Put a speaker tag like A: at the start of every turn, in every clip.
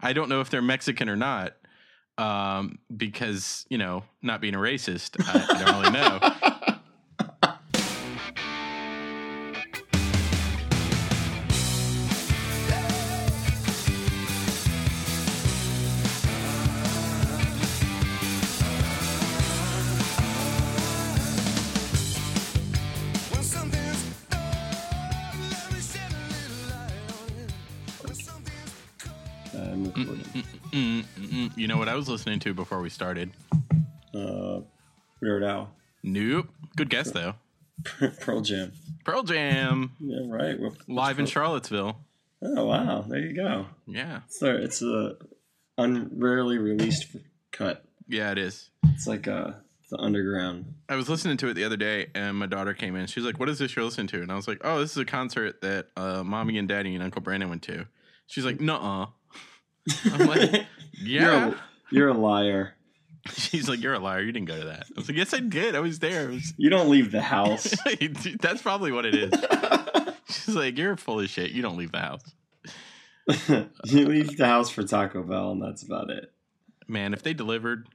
A: I don't know if they're Mexican or not, um, because you know, not being a racist, I, I don't really know.
B: I'm recording.
A: Mm, mm, mm. You know what I was listening to before we started?
B: Uh, Weird Al,
A: Nope. Good guess though.
B: Pearl Jam.
A: Pearl Jam
B: Yeah, right. Well,
A: live in Charlottesville.
B: oh wow, there you go.
A: Yeah,
B: So it's a unrarely released f- cut.
A: yeah, it is.
B: It's like uh the underground.
A: I was listening to it the other day, and my daughter came in. She's like, "What is this you're listening to?" And I was like, "Oh, this is a concert that uh, mommy and daddy and Uncle Brandon went to." She's like, "Nuh-uh." I'm like,
B: You're,
A: "Yeah."
B: a, you're a liar.
A: She's like, "You're a liar. You didn't go to that." I was like, "Yes, I did. I was there." It was-
B: You don't leave the house.
A: That's probably what it is. She's like, "You're full of shit. You don't leave the house,
B: you leave the house for Taco Bell, and that's about it.
A: man. If they delivered,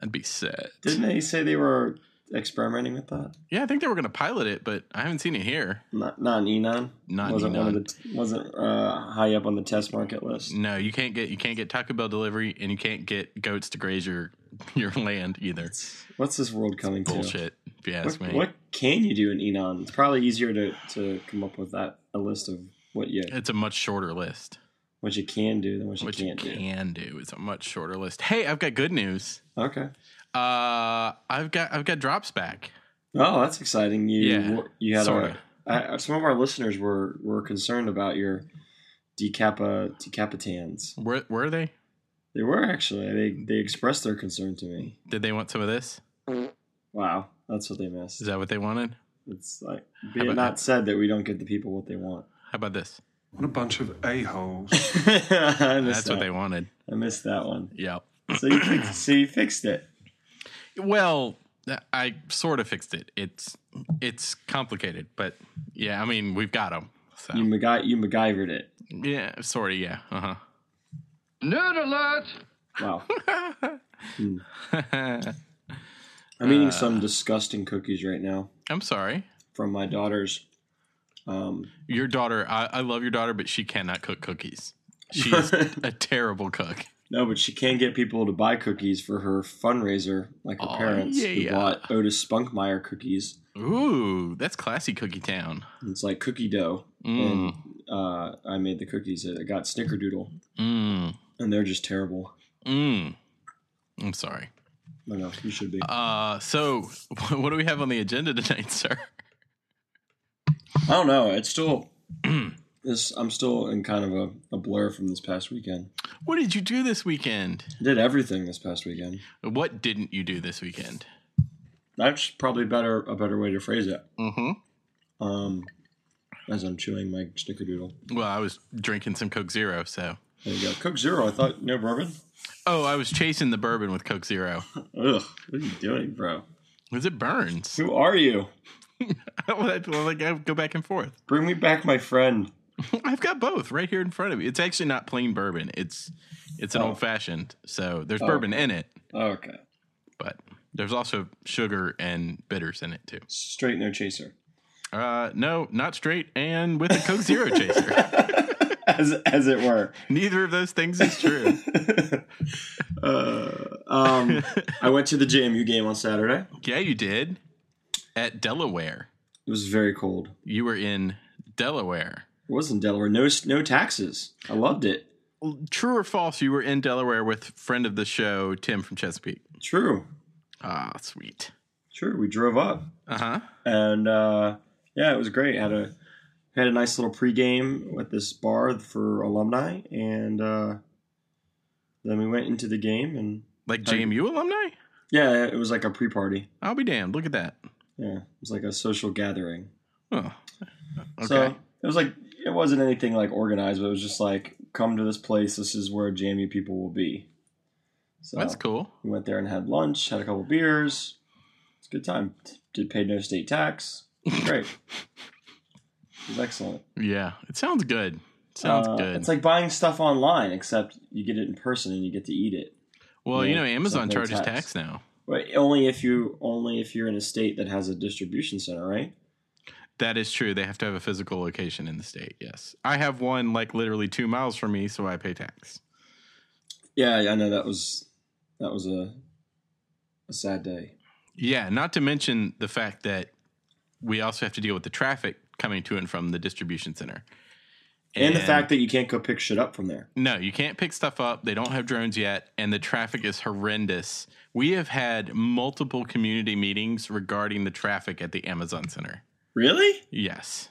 A: I'd be set."
B: Didn't they say they were experimenting with that?
A: Yeah, I think they were gonna pilot it, but I haven't seen it here.
B: Not, not in Enon.
A: Not in
B: wasn't one
A: Enon.
B: of the wasn't uh, high up on the test market list.
A: No, you can't get you can't get Taco Bell delivery, and you can't get goats to graze your your land either.
B: What's this world coming to?
A: Bullshit, if you ask
B: What,
A: me.
B: what can you do in Enon? It's probably easier to, to come up with that a list of what you
A: It's a much shorter list.
B: what you can do than what you
A: What
B: can't
A: you can do is a much shorter list. Hey, I've got good news.
B: do. Okay.
A: Uh, I've got I've got drops back.
B: Oh, that's exciting. You
A: Yeah,
B: you had
A: sorta.
B: our, I, some of our listeners were were concerned about your decapa decapitans.
A: Where were they?
B: They were actually they they expressed their concern to me.
A: Did they want some of this?
B: Wow, that's what they missed.
A: Is that what they wanted?
B: It's like be
A: How
B: it
A: about
B: not said that we don't get the people what they want.
A: How about this?
C: What a bunch of a-holes.
B: I missed
A: That's
B: that.
A: what they wanted.
B: I missed that one.
A: Yeah.
B: So you fixed, so you fixed it.
A: Well, I sort of fixed it. It's it's complicated, but yeah, I mean we've got them. So
B: You MacGy- you MacGyvered it.
A: yeah, sort of. Yeah. Uh huh.
B: Wow. Hmm. I'm
A: Uh,
B: eating some disgusting cookies right now
A: I'm sorry.
B: from my daughter's. Um,
A: Your daughter, I, I love your daughter, but she cannot cook cookies. She is a terrible cook.
B: No, but she can get people to buy cookies for her fundraiser, like her
A: Aw,
B: parents
A: yeah.
B: who bought Otis Spunkmeyer cookies.
A: Ooh, that's classy cookie town.
B: It's like cookie dough,
A: Mm,
B: and uh, I made the cookies. I got Snickerdoodle,
A: mm,
B: and they're just terrible.
A: mm. I'm sorry.
B: No, no, you should be.
A: Uh, so what do we have on the agenda tonight, sir?
B: I don't know. It's still this. I'm still in kind of a, a blur from this past weekend.
A: What did you do this weekend?
B: I did everything this past weekend.
A: What didn't you do this weekend?
B: That's probably better a better way to phrase it.
A: Mm-hmm.
B: Um, as I'm chewing my Snickerdoodle,
A: Well, I was drinking some Coke Zero, so.
B: there you go. Coke Zero. I thought no bourbon.
A: Oh, I was chasing the bourbon with Coke Zero.
B: Ugh, what are you doing, bro?
A: Was it burns?
B: Who are you?
A: I like I go back and forth.
B: Bring me back my friend.
A: I've got both right here in front of me. It's actually not plain bourbon. It's it's an
B: Oh.
A: old fashioned. So there's
B: Oh,
A: bourbon in it,
B: Okay.
A: but there's also sugar and bitters in it too.
B: Straight no chaser.
A: Uh, no, not straight and with a Coke Zero chaser.
B: as as it were.
A: Neither of those things is true.
B: Uh, um, I went to the JMU game on Saturday.
A: yeah, you did at Delaware.
B: It was very cold.
A: You were in Delaware.
B: It was in Delaware. No s- no taxes. I loved it.
A: True or false? You were in Delaware with friend of the show Tim from Chesapeake.
B: True.
A: Ah, sweet.
B: True. We drove up.
A: Uh huh.
B: And uh, yeah, it was great. Had a had a nice little pregame at this bar for alumni and uh, then we went into the game and
A: Like JMU alumni.
B: yeah, it was like a pre-party.
A: I'll be damned. Look at that.
B: Yeah, it was like a social gathering.
A: Oh. Okay.
B: So it was like it wasn't anything like organized, but it was just like come to this place. This is where Jamie people will be. So
A: That's cool.
B: we went there and had lunch, had a couple beers. It's a good time. Did pay no state tax. It was Great. it was excellent.
A: Yeah, it sounds good. Sounds
B: Uh,
A: good.
B: It's like buying stuff online, except you get it in person and you get to eat it.
A: well, you
B: yeah,
A: know, Amazon
B: something
A: charges
B: tax.
A: tax now.
B: But only if you only if you're in a state that has a distribution center, right?
A: That is true. They have to have a physical location in the state. Yes, I have one like literally two miles from me, so I pay tax.
B: Yeah, I know that was that was a a sad day.
A: Yeah, not to mention the fact that we also have to deal with the traffic coming to and from the distribution center.
B: And, the fact that you can't go pick shit up from there.
A: no, you can't pick stuff up. They don't have drones yet, and the traffic is horrendous. We have had multiple community meetings regarding the traffic at the Amazon Center.
B: Really?
A: Yes,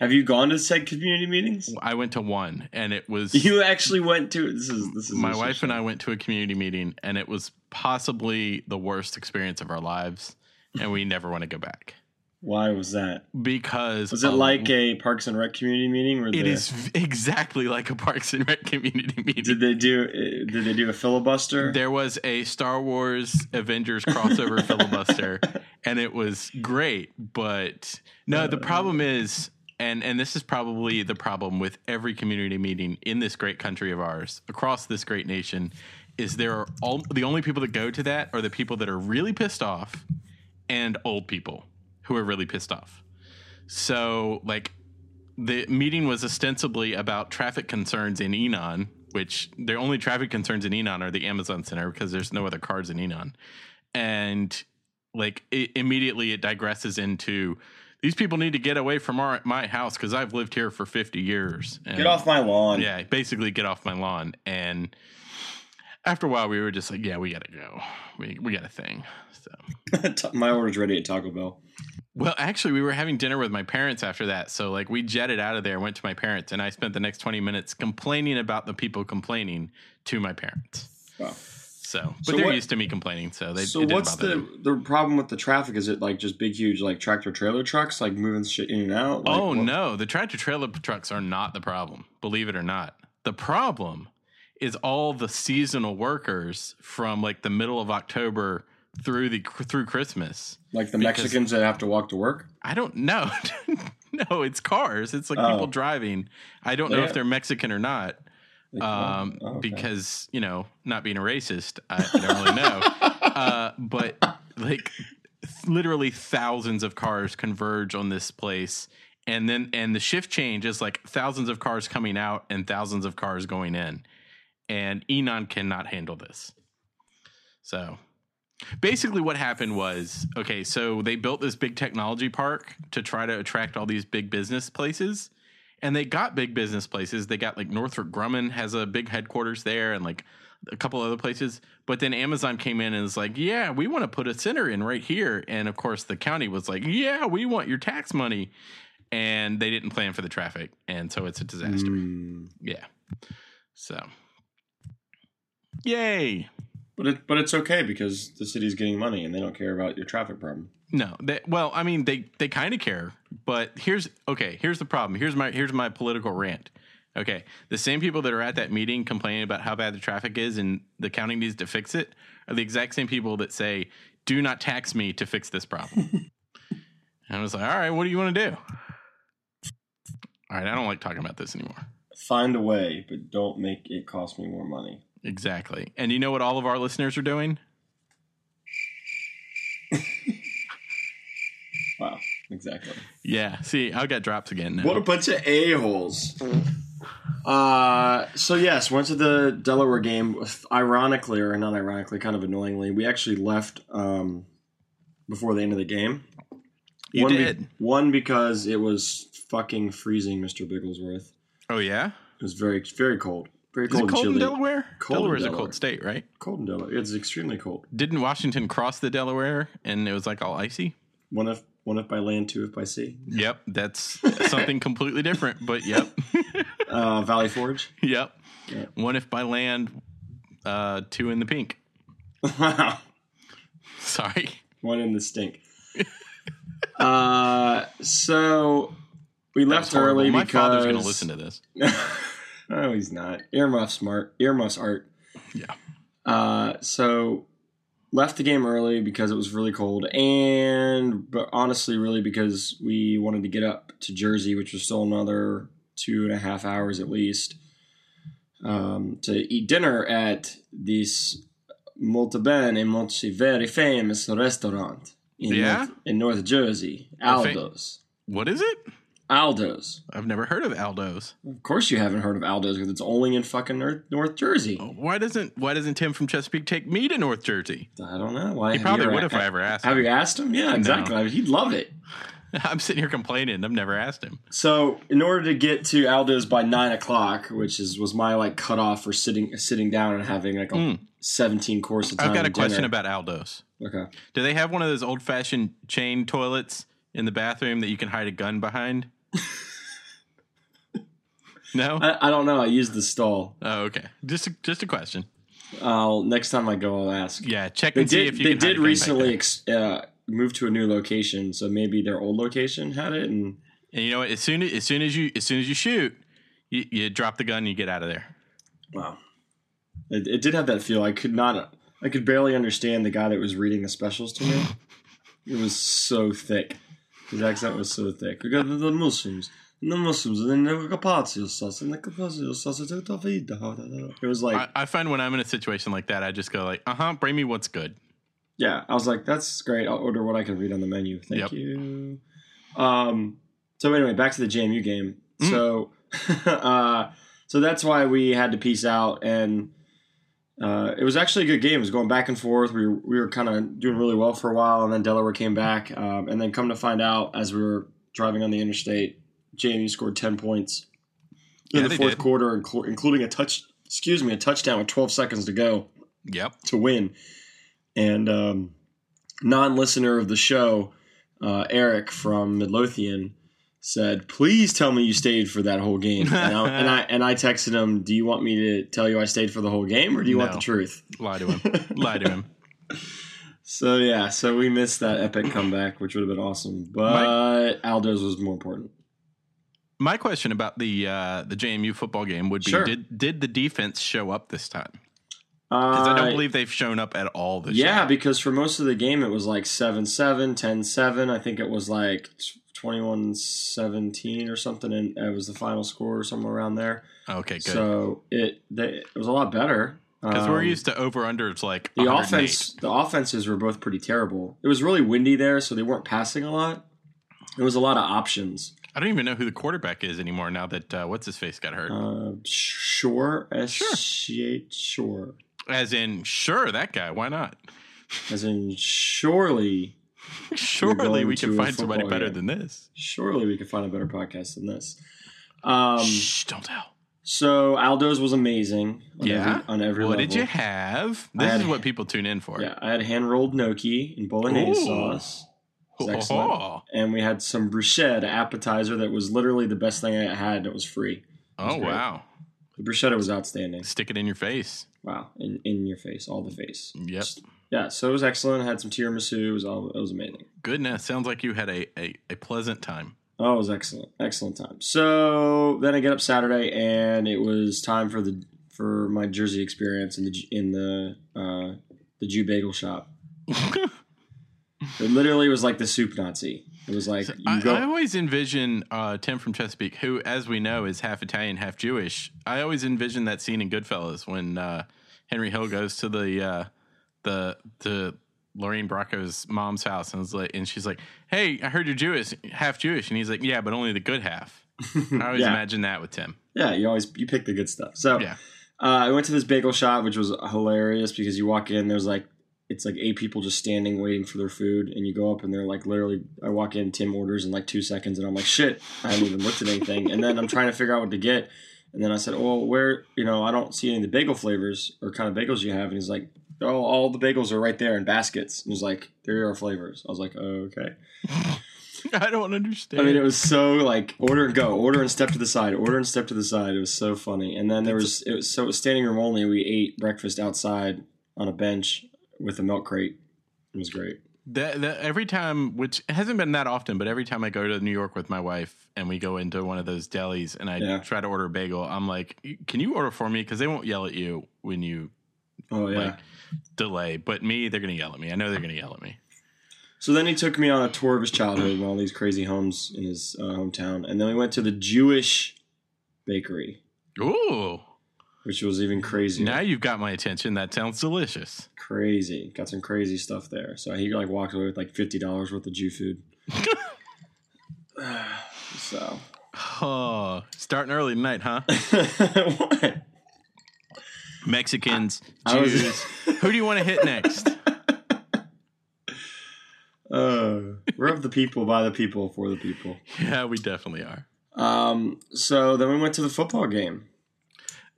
B: Have you gone to said community meetings?
A: I went to one, and it was
B: You actually went to this is this is
A: my wife and I went to a community meeting, and it was possibly the worst experience of our lives, and we never want to go back
B: Why was that?
A: because
B: Was it
A: a
B: like a Parks and Rec community meeting? Where
A: Um, It
B: the,
A: is v- exactly like a Parks and Rec community meeting.
B: Did they do? uh, Did they do a filibuster?
A: There was a Star Wars Avengers crossover filibuster, and it was great. But no, the problem is, and and this is probably the problem with every community meeting in this great country of ours, across this great nation, is there are all the only people that go to that are the people that are really pissed off, and old people who are really pissed off. So like the meeting was ostensibly about traffic concerns in Enon, which the only traffic concerns in Enon are the Amazon Center because there's no other cars in Enon. And like it, immediately it digresses into these people need to get away from our, my house because I've lived here for 50 years. And,
B: Get off my lawn.
A: Yeah, basically get off my lawn. And after a while, we were just like, yeah, we got to go. We, we got a thing. So.
B: my order's ready at Taco Bell.
A: Well, actually, we were having dinner with my parents after that. So, like, we jetted out of there, went to my parents, and I spent the next 20 minutes complaining about the people complaining to my parents.
B: Wow.
A: So, but
B: So
A: they're
B: what-
A: used to me complaining. So, they,
B: so
A: it didn't
B: what's
A: bother
B: the
A: them.
B: the problem with the traffic? Is it like just big, huge, like tractor trailer trucks, like moving shit in and out? Like,
A: oh,
B: what-
A: no. The tractor trailer trucks are not the problem, believe it or not. The problem is all the seasonal workers from like the middle of October through the through Christmas.
B: Like the
A: Because-
B: Mexicans that have to walk to work.
A: I don't know. no, it's cars. It's like
B: Oh.
A: people driving. I don't know
B: Yeah.
A: if they're Mexican or not.
B: Like,
A: um,
B: oh, okay.
A: because you know, not being a racist, I, I don't really know. uh, but like, literally thousands of cars converge on this place, and then and the shift change is like thousands of cars coming out and thousands of cars going in, and Enon cannot handle this. So. Basically, what happened was okay, so they built this big technology park to try to attract all these big business places and they got big business places. They got like Northrop Grumman has a big headquarters there, and like a couple other places. But then Amazon came in and was like, "Yeah, we want to put a center in right here." And of course, the county was like, "Yeah, we want your tax money," and they didn't plan for the traffic, and so it's a disaster.
B: Mm.
A: Yeah. So, yay!
B: But it, but it's okay because the city's getting money and they don't care about your traffic problem.
A: No, they, well, I mean, they they kind of care, but here's okay. Here's the problem. Here's my here's my political rant. Okay, the same people that are at that meeting complaining about how bad the traffic is and the county needs to fix it are the exact same people that say, "Do not tax me to fix this problem." and I was like, "All right, what do you want to do?" All right, I don't like talking about this anymore.
B: Find a way, but don't make it cost me more money.
A: Exactly. And you know what all of our listeners are doing?
B: Wow, exactly.
A: Yeah. See, I got drops again now.
B: What a bunch of a holes. Uh, so yes, went to the Delaware game. Ironically, or not ironically, kind of annoyingly, we actually left um, before the end of the game.
A: you
B: one be-
A: did.
B: one because it was fucking freezing, Mr. Bigglesworth.
A: oh yeah.
B: It was very very cold, very
A: Is
B: cold,
A: it cold
B: and
A: in
B: chilly.
A: Delaware?
B: Cold in
A: Delaware is a
B: Delaware.
A: cold state, right?
B: Cold in Delaware. It's extremely cold.
A: Didn't Washington cross the Delaware and it was like all icy?
B: One if one if by land, two if by sea.
A: Yep, that's something completely different, but yep.
B: Uh, Valley Forge.
A: yep.
B: Yeah.
A: One if by land, uh two in the pink.
B: Wow.
A: Sorry.
B: One in the stink. uh, so we
A: That
B: left
A: was horrible.
B: early
A: My
B: because
A: father's going to listen to this.
B: no, he's not. Earmuff smart. Earmuff's art.
A: Yeah.
B: Uh, so left the game early because it was really cold, and but honestly, really because we wanted to get up to Jersey, which was still another two and a half hours at least um, to eat dinner at this molto bene, molto very famous restaurant in,
A: Yeah?
B: North, in North Jersey,
A: A fa-
B: Aldo's.
A: What is it?
B: Aldo's.
A: I've never heard of Aldo's.
B: Of course, you haven't heard of Aldo's because it's only in fucking North, North Jersey.
A: Why doesn't Why doesn't Tim from Chesapeake take me to North Jersey?
B: I don't know. Why
A: He
B: have
A: probably
B: you
A: would if I ever asked.
B: Have
A: him.
B: you asked him? Yeah, exactly. I mean, he'd love it.
A: I'm sitting here complaining. I've never asked him.
B: So, in order to get to Aldo's by nine o'clock, which is was my like cutoff for sitting sitting down and having like a
A: Mm.
B: seventeen course of time.
A: I've got a
B: dinner.
A: question about Aldo's.
B: Okay.
A: Do they have one of those old fashioned chain toilets in the bathroom that you can hide a gun behind? no.
B: I, I don't know. I used the stall.
A: Oh, okay. Just a, just a question.
B: I'll next time I go, I'll ask.
A: Yeah, check
B: They
A: and see if
B: did.
A: you
B: They
A: can hide a
B: did
A: gun back
B: recently
A: there.
B: ex- uh, move to a new location, so maybe their old location had it. And
A: And you know what? As soon as, as soon as you as soon as you shoot, you, you drop the gun, and you get out of there.
B: wow, it, it did have that feel. I could not. I could barely understand the guy that was reading the specials to me. It was so thick. His accent was so thick. We got the, the Muslims. The Muslims, and then the Carpathian sauce, and the Carpathian sauce, it's a Tavida. It was like,
A: I, I find when I'm in a situation like that, I just go like, uh huh, bring me what's good.
B: yeah, I was like, that's great. I'll order what I can read on the menu. Thank
A: Yep.
B: you. Um, so anyway, back to the JMU game.
A: Mm.
B: So, uh, so that's why we had to peace out, and uh, it was actually a good game. It was going back and forth. We were, we were kind of doing really well for a while, and then Delaware came back, um, and then come to find out as we were driving on the interstate, JMU scored ten points in
A: Yeah,
B: the
A: they
B: fourth
A: did.
B: quarter, inclu- including a touch. Excuse me, a touchdown with twelve seconds to go
A: Yep.
B: to win. And um, non-listener of the show, uh, Eric from Midlothian, said, "Please tell me you stayed for that whole game." And I, and I and I texted him, "Do you want me to tell you I stayed for the whole game, or do you want
A: No.
B: the truth?"
A: Lie to him. Lie to him.
B: So yeah, so we missed that epic comeback, which would have been awesome. But Aldo's was more important.
A: My question about the uh, the JMU football game would be:
B: Sure.
A: Did did the defense show up this time? Because
B: Uh,
A: I don't believe they've shown up at all this
B: yeah,
A: year.
B: because for most of the game it was like 7-7, 10-7. I think it was like 21-17 or something and it was the final score or somewhere around there.
A: Okay, good.
B: So it they, it was a lot better.
A: Because we're
B: Um,
A: used to over unders like
B: the
A: 108.
B: offense the offenses were both pretty terrible. It was really windy there, so they weren't passing a lot. It was a lot of options.
A: I don't even know who the quarterback is anymore now that uh, what's his face got hurt.
B: Uh, sure, S-C-H, sure.
A: As in, sure, that guy. Why not?
B: As in, surely,
A: Surely
B: going
A: we
B: to
A: can
B: a
A: find somebody
B: football
A: better
B: game.
A: than this.
B: surely we could find a better podcast than this. Um,
A: Shh, don't tell.
B: So Aldo's was amazing. On
A: Yeah?
B: Every, on every
A: What
B: level.
A: did you have?
B: I
A: This
B: had-
A: is what people tune in for.
B: Yeah, I had hand rolled gnocchi and bolognese
A: Ooh.
B: sauce,
A: Ho,
B: It's
A: ho,
B: excellent.
A: ho.
B: and we had some bruschetta appetizer that was literally the best thing I had. That was free. was
A: Oh
B: great.
A: wow!
B: The bruschetta was outstanding.
A: Stick it in your face.
B: Wow, in, in your face, all the face.
A: Yep.
B: Yeah, so it was excellent. I had some tiramisu. It was all. It was amazing.
A: Goodness, sounds like you had a, a, a pleasant time.
B: Oh, it was excellent. Excellent time. So then I get up Saturday, and it was time for the for my Jersey experience in the J- in the uh, the Jew bagel shop. It literally was like the soup Nazi. It was like
A: I,
B: you go.
A: I always envision uh, Tim from Chesapeake, who, as we know, is half Italian, half Jewish. I always envision that scene in Goodfellas when uh, Henry Hill goes to the uh, the to Lorraine Bracco's mom's house and is like, and she's like, "Hey, I heard you're Jewish, half Jewish," and he's like, "Yeah, but only the good half." I always
B: Yeah.
A: imagine that with Tim.
B: yeah, you always you pick the good stuff. So
A: Yeah.
B: uh, I went to this bagel shop, which was hilarious because you walk in, there's like it's like eight people just standing waiting for their food, and you go up and they're like literally. I walk in, Tim orders in like two seconds, and I'm like, shit, I haven't even looked at anything, and then I'm trying to figure out what to get, and then I said, well, where you know I don't see any of the bagel flavors or kind of bagels you have, and he's like. Oh, all the bagels are right there in baskets. And he's like, "There are flavors." I was like, "Oh, okay."
A: I don't understand.
B: I mean, it was so like order and go, order and step to the side, order and step to the side. It was so funny. And then there was it was so it was standing room only. We ate breakfast outside on a bench with a milk crate. It was great.
A: That, that every time, which hasn't been that often, but every time I go to New York with my wife and we go into one of those delis and I
B: Yeah.
A: try to order a bagel, I'm like, "Can you order for me?" Because they won't yell at you when you
B: Oh yeah.
A: like delay, but me, they're gonna yell at me. I know they're gonna yell at me.
B: So then he took me on a tour of his childhood and all these crazy homes in his uh, hometown, and then we went to the Jewish bakery,
A: Ooh.
B: which was even crazier.
A: Now you've got my attention. That sounds delicious.
B: crazy. Got some crazy stuff there. So he like walked away with like fifty dollars worth of Jew food. so
A: Oh, starting early tonight, huh?
B: what?
A: Mexicans,
B: I was-
A: Jews. Who do you want to hit next?
B: Uh, we're of the people, by the people, for the people.
A: yeah, we definitely are.
B: Um, so then we went to the football game,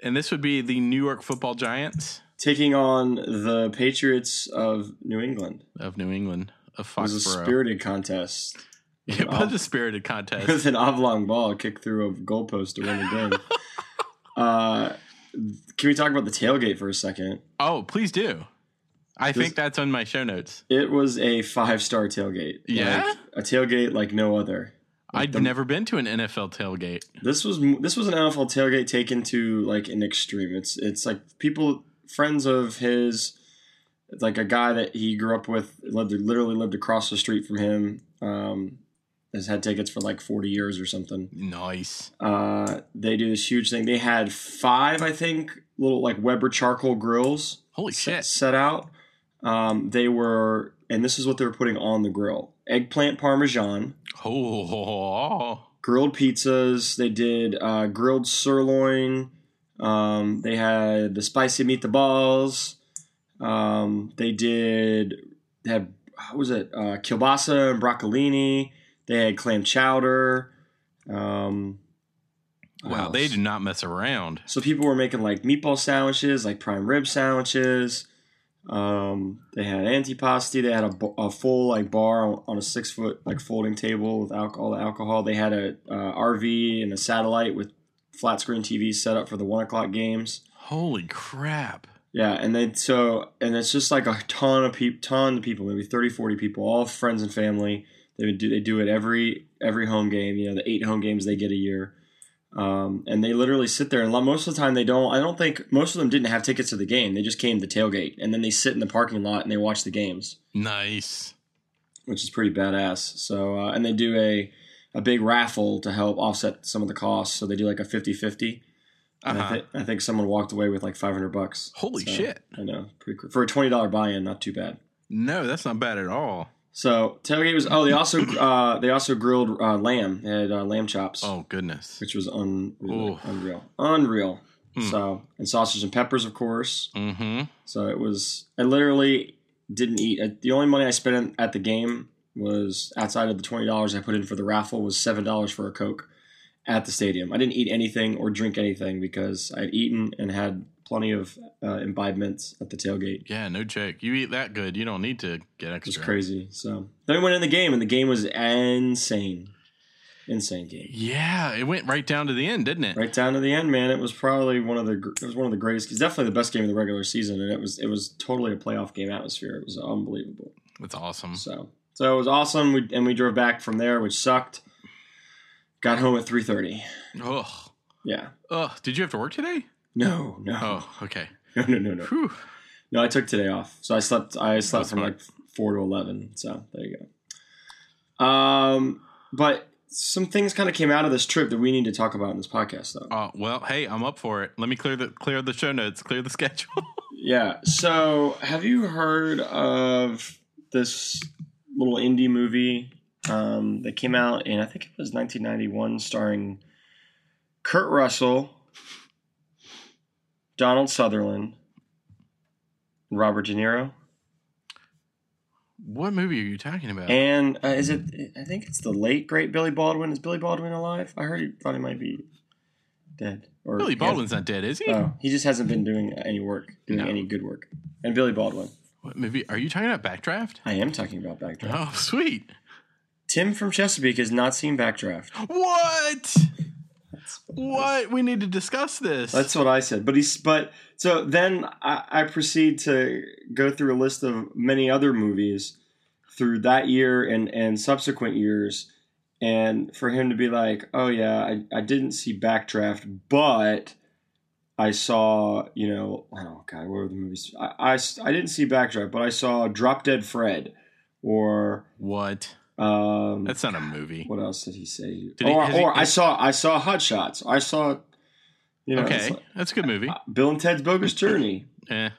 A: And this would be the New York Football Giants
B: taking on the Patriots of New England.
A: of New England of
B: It was a
A: Foxborough.
B: spirited contest
A: it
B: Oh.
A: was a spirited
B: with
A: contest.
B: an oblong ball kicked through a goalpost to win the game. uh, can we talk about the tailgate for a second?
A: oh, please do. I
B: This-
A: think that's on my show notes.
B: It was a five star tailgate.
A: Yeah?
B: Like, a tailgate like no other. Like
A: I'd
B: the-
A: never been to an NFL tailgate.
B: This was this was an NFL tailgate taken to like an extreme. It's it's like people friends of his, like a guy that he grew up with, lived literally lived across the street from him. Um, has had tickets for like forty years or something.
A: Nice.
B: Uh, they do this huge thing. They had five, I think, little like Weber charcoal grills
A: Holy
B: set,
A: shit.
B: set out. Um, they were, and this is what they were putting on the grill: eggplant parmesan,
A: Oh,
B: grilled pizzas. They did uh, grilled sirloin. Um, they had the spicy meatballs. Um, they did. They had how was it? Uh, kielbasa and broccolini. They had clam chowder. Um, what
A: wow. They
B: else?
A: do not mess around.
B: So people were making like meatball sandwiches, like prime rib sandwiches. Um, they had antipasti. They had a, bu- a full like bar on, on a six foot like folding table with alcohol. Alcohol. They had a uh, RV and a satellite with flat screen TV set up for the one o'clock games.
A: Holy crap.
B: Yeah, and then so and it's just like a ton of people, ton of people, maybe 30, 40 people, all friends and family. They would do they do it every every home game. You know, the eight home games they get a year, um, and they literally sit there and lo- most of the time they don't. I don't think most of them didn't have tickets to the game. They just came to tailgate and then they sit in the parking lot and they watch the games
A: Nice.
B: which is pretty badass. So, uh, and they do a, a big raffle to help offset some of the costs. So they do like a 50 50. I,
A: Uh-huh.
B: thi- I think someone walked away with like 500 bucks.
A: Holy
B: So,
A: shit.
B: I know. Pretty cool. For a $20 buy in, not too bad.
A: No, that's not bad at all.
B: So tailgate was, oh, they also, uh, they also grilled, uh, lamb. They had, uh, lamb chops,
A: Oh, goodness.
B: which was unreal.
A: Oof.
B: Unreal. Unreal.
A: Mm.
B: So, and sausage and peppers, of course.
A: Mm-hmm.
B: So it was. I literally didn't eat. I- The only money I spent in- at the game was outside of the twenty dollars I put in for the raffle was seven dollars for a coke at the stadium. I didn't eat anything or drink anything because I'd eaten and had plenty of uh, imbibements at the tailgate.
A: Yeah, no joke. You eat that good, you don't need to get
B: It was
A: extra.
B: crazy. So then we went in the game, and the game was insane, insane game.
A: Yeah, it went right down to the end, didn't it?
B: Right down to the end, man. It was probably one of the gr- it was one of the greatest. It's definitely the best game of the regular season, and it was it was totally a playoff game atmosphere. It was unbelievable.
A: That's awesome.
B: So so it was awesome. We, and we drove back from there, which sucked. Got home at three thirty.
A: Ugh.
B: Yeah.
A: Ugh. Did you have to work today?
B: No, no,
A: Oh, okay.
B: no, no, no, no.
A: Whew.
B: No, I took today off, so I slept. I slept
A: That's
B: from
A: fine.
B: like four to eleven. So there you go. Um, but some things kind of came out of this trip that we need to talk about in this podcast, though.
A: Uh, well, hey, I'm up for it. Let me clear the clear the show notes, clear the schedule.
B: Yeah. So have you heard of this little indie movie um, that came out in I think it was 1991, starring Kurt Russell, Donald Sutherland, Robert De Niro,
A: what movie are you talking about?
B: and uh, is it? I think it's the late great Billy Baldwin. Is Billy Baldwin alive? I heard he thought he might be dead. Or
A: Billy Baldwin's not dead, is he?
B: Oh, he just hasn't been doing any work, doing
A: No.
B: any good work. And Billy Baldwin.
A: what movie? Are you talking about Backdraft?
B: I am talking about Backdraft.
A: Oh, sweet.
B: Tim from Chesapeake has not seen Backdraft.
A: What? What? We need to discuss this.
B: That's what I said. But he's but so then I, I proceed to go through a list of many other movies through that year and and subsequent years, and for him to be like, oh yeah, I, I didn't see Backdraft, but I saw you know oh god, what were the movies? I I, s- I didn't see Backdraft, but I saw Drop Dead Fred, or
A: what?
B: um,
A: That's not a movie.
B: What else did he say?
A: Did he-
B: or
A: has he-
B: or I
A: has-
B: saw I saw Hot Shots. I saw You know,
A: okay,
B: it's like,
A: that's a good movie.
B: Uh, Bill and Ted's Bogus Journey.
A: Eh.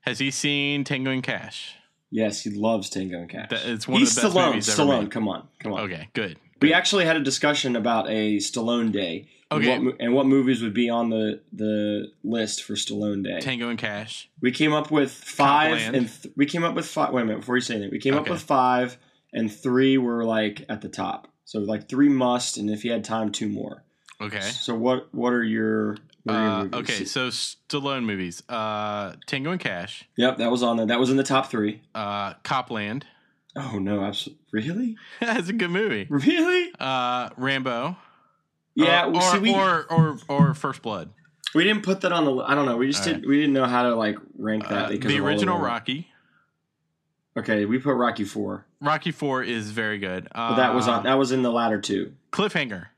A: Has he seen Tango and Cash?
B: Yes, he loves Tango and Cash.
A: That- it's one of
B: He's
A: the best
B: Stallone.
A: movies ever
B: Stallone,
A: made.
B: come on, come on.
A: Okay, good.
B: We actually had a discussion about a Stallone Day. and
A: Okay.
B: what mo- and what movies would be on the the list for Stallone Day?
A: Tango and Cash.
B: We came up with five,
A: Copland.
B: and th- we came up with five. Wait a minute, before you say anything, we came up
A: Okay.
B: with five, and three were like at the top. So like three must, and if you had time, two more.
A: Okay.
B: So what what are your, what are your
A: Uh,
B: movies?
A: okay, so Stallone movies. Uh, Tango and Cash.
B: Yep, that was on there. That was in the top three.
A: Uh, Copland.
B: Oh no, absolutely. Really?
A: that's a good movie.
B: Really?
A: Uh, Rambo.
B: Yeah.
A: Or
B: we-
A: Uh, or,
B: see, we,
A: or, or or First Blood.
B: we didn't put that on the. li- I don't know. We just
A: All
B: did. not We didn't know how to like rank that.
A: Uh,
B: because
A: the
B: of all
A: original
B: the-
A: Rocky.
B: Okay, we put Rocky four,
A: Rocky Four is very good. Uh,
B: but that was on. That was in the latter two.
A: Cliffhanger.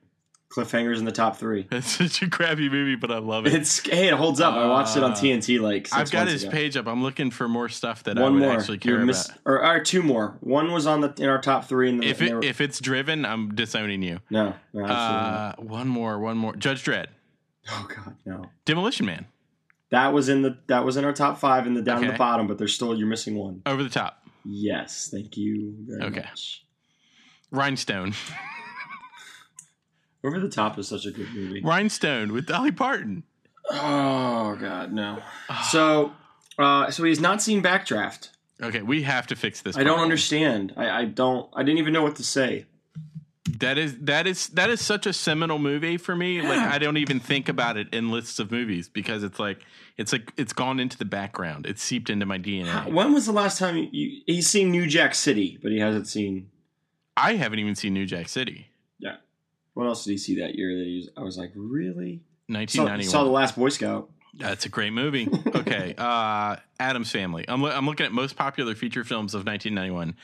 B: Cliffhangers in the top three.
A: That's such a crappy movie, but I love it.
B: It's hey, it holds up. I watched it on
A: Uh,
B: TNT like. Six
A: I've got
B: months
A: his
B: ago.
A: page up. I'm looking for more stuff that I
B: One
A: would
B: more.
A: actually
B: You're
A: care
B: miss-
A: about.
B: or, or two more. One was on the in our top three. And the,
A: If
B: and they
A: it,
B: were-
A: if it's driven, I'm disowning you.
B: no, no, absolutely not.
A: Uh, one more, one more. Judge Dredd,
B: Oh god, no.
A: Demolition Man,
B: That was in the that was in our top five in the down at
A: Okay.
B: the bottom, but there's still you're missing one.
A: Over the Top,
B: Yes, thank you very
A: Okay.
B: much.
A: Rhinestone,
B: Over the top is such a good movie.
A: Rhinestone with Dolly Parton.
B: Oh god, no.
A: Ah.
B: So, uh, so he's not seen Backdraft.
A: Okay, we have to fix this.
B: I don't
A: problem.
B: understand. I, I don't. I didn't even know what to say.
A: That is that is that is such a seminal movie for me. Like I don't even think about it in lists of movies because it's like it's like it's gone into the background. It's seeped into my DNA.
B: When was the last time you, you he's seen New Jack City, but he hasn't seen
A: I haven't even seen New Jack City,
B: what else did he see that year that he was, I was like, really? Saw,
A: 1991.
B: saw the last Boy Scout.
A: That's a great movie. Okay, uh, Adam's Family. I'm, lo- I'm looking at most popular feature films of 1991.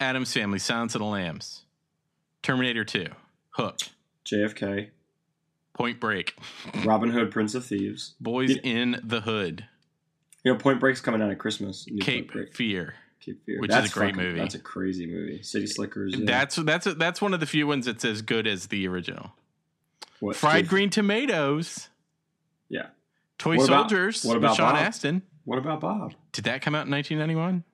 A: Adam's Family, Silence of the Lambs, Terminator 2, Hook,
B: JFK,
A: Point Break,
B: Robin Hood, Prince of Thieves.
A: Boys in the Hood,
B: You know, Point Break's coming out at Christmas. New Point
A: Cape
B: Break.
A: Fear.
B: Cape Fear.
A: which is a great
B: fucking-
A: movie.
B: That's a crazy movie. City Slickers. yeah.
A: That's that's that's one of the few ones that's as good as the original.
B: what,
A: Fried
B: Steve-
A: Green Tomatoes.
B: Yeah.
A: Toy
B: What about-
A: Soldiers
B: what
A: with
B: about
A: Sean
B: Bob?
A: Astin.
B: What about Bob?
A: Did that come out in 1991?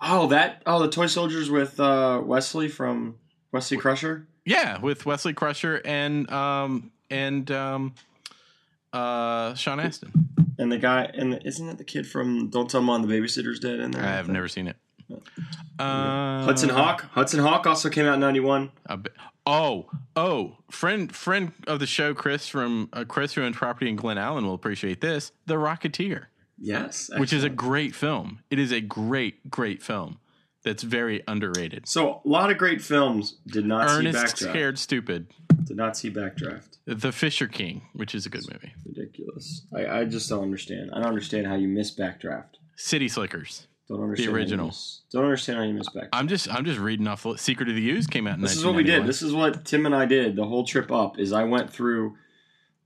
B: Oh, that. Oh, the Toy Soldiers with uh, Wesley from Wesley Crusher.
A: Yeah, with Wesley Crusher and um and um uh Sean Astin.
B: And the guy, and isn't that the kid from Don't Tell Mom the Babysitter's Dead in there?
A: I have never seen it. Uh,
B: Hudson Hawk. Hudson Hawk also came out in '91.
A: a bit- oh, oh, friend, friend of the show, Chris from uh, Chris who owns property in Glen Allen will appreciate this. The Rocketeer,
B: Yes,
A: which is a
B: excellent.
A: great film. It is a great, great film that's very underrated.
B: So a lot of great films did not
A: Ernest
B: see Backdraft.
A: Scared Stupid,
B: Did not see Backdraft.
A: The Fisher King, which is a good movie.
B: Ridiculous. I, I just don't understand. I don't understand how you miss Backdraft.
A: City Slickers.
B: Don't understand. how you
A: original.
B: miss- don't understand how you miss Backdraft.
A: I'm just, I'm just reading off. the li- Secret of the Use came out. in
B: this is what we did.
A: 1991.
B: This is what Tim and I did the whole trip up. Is I went through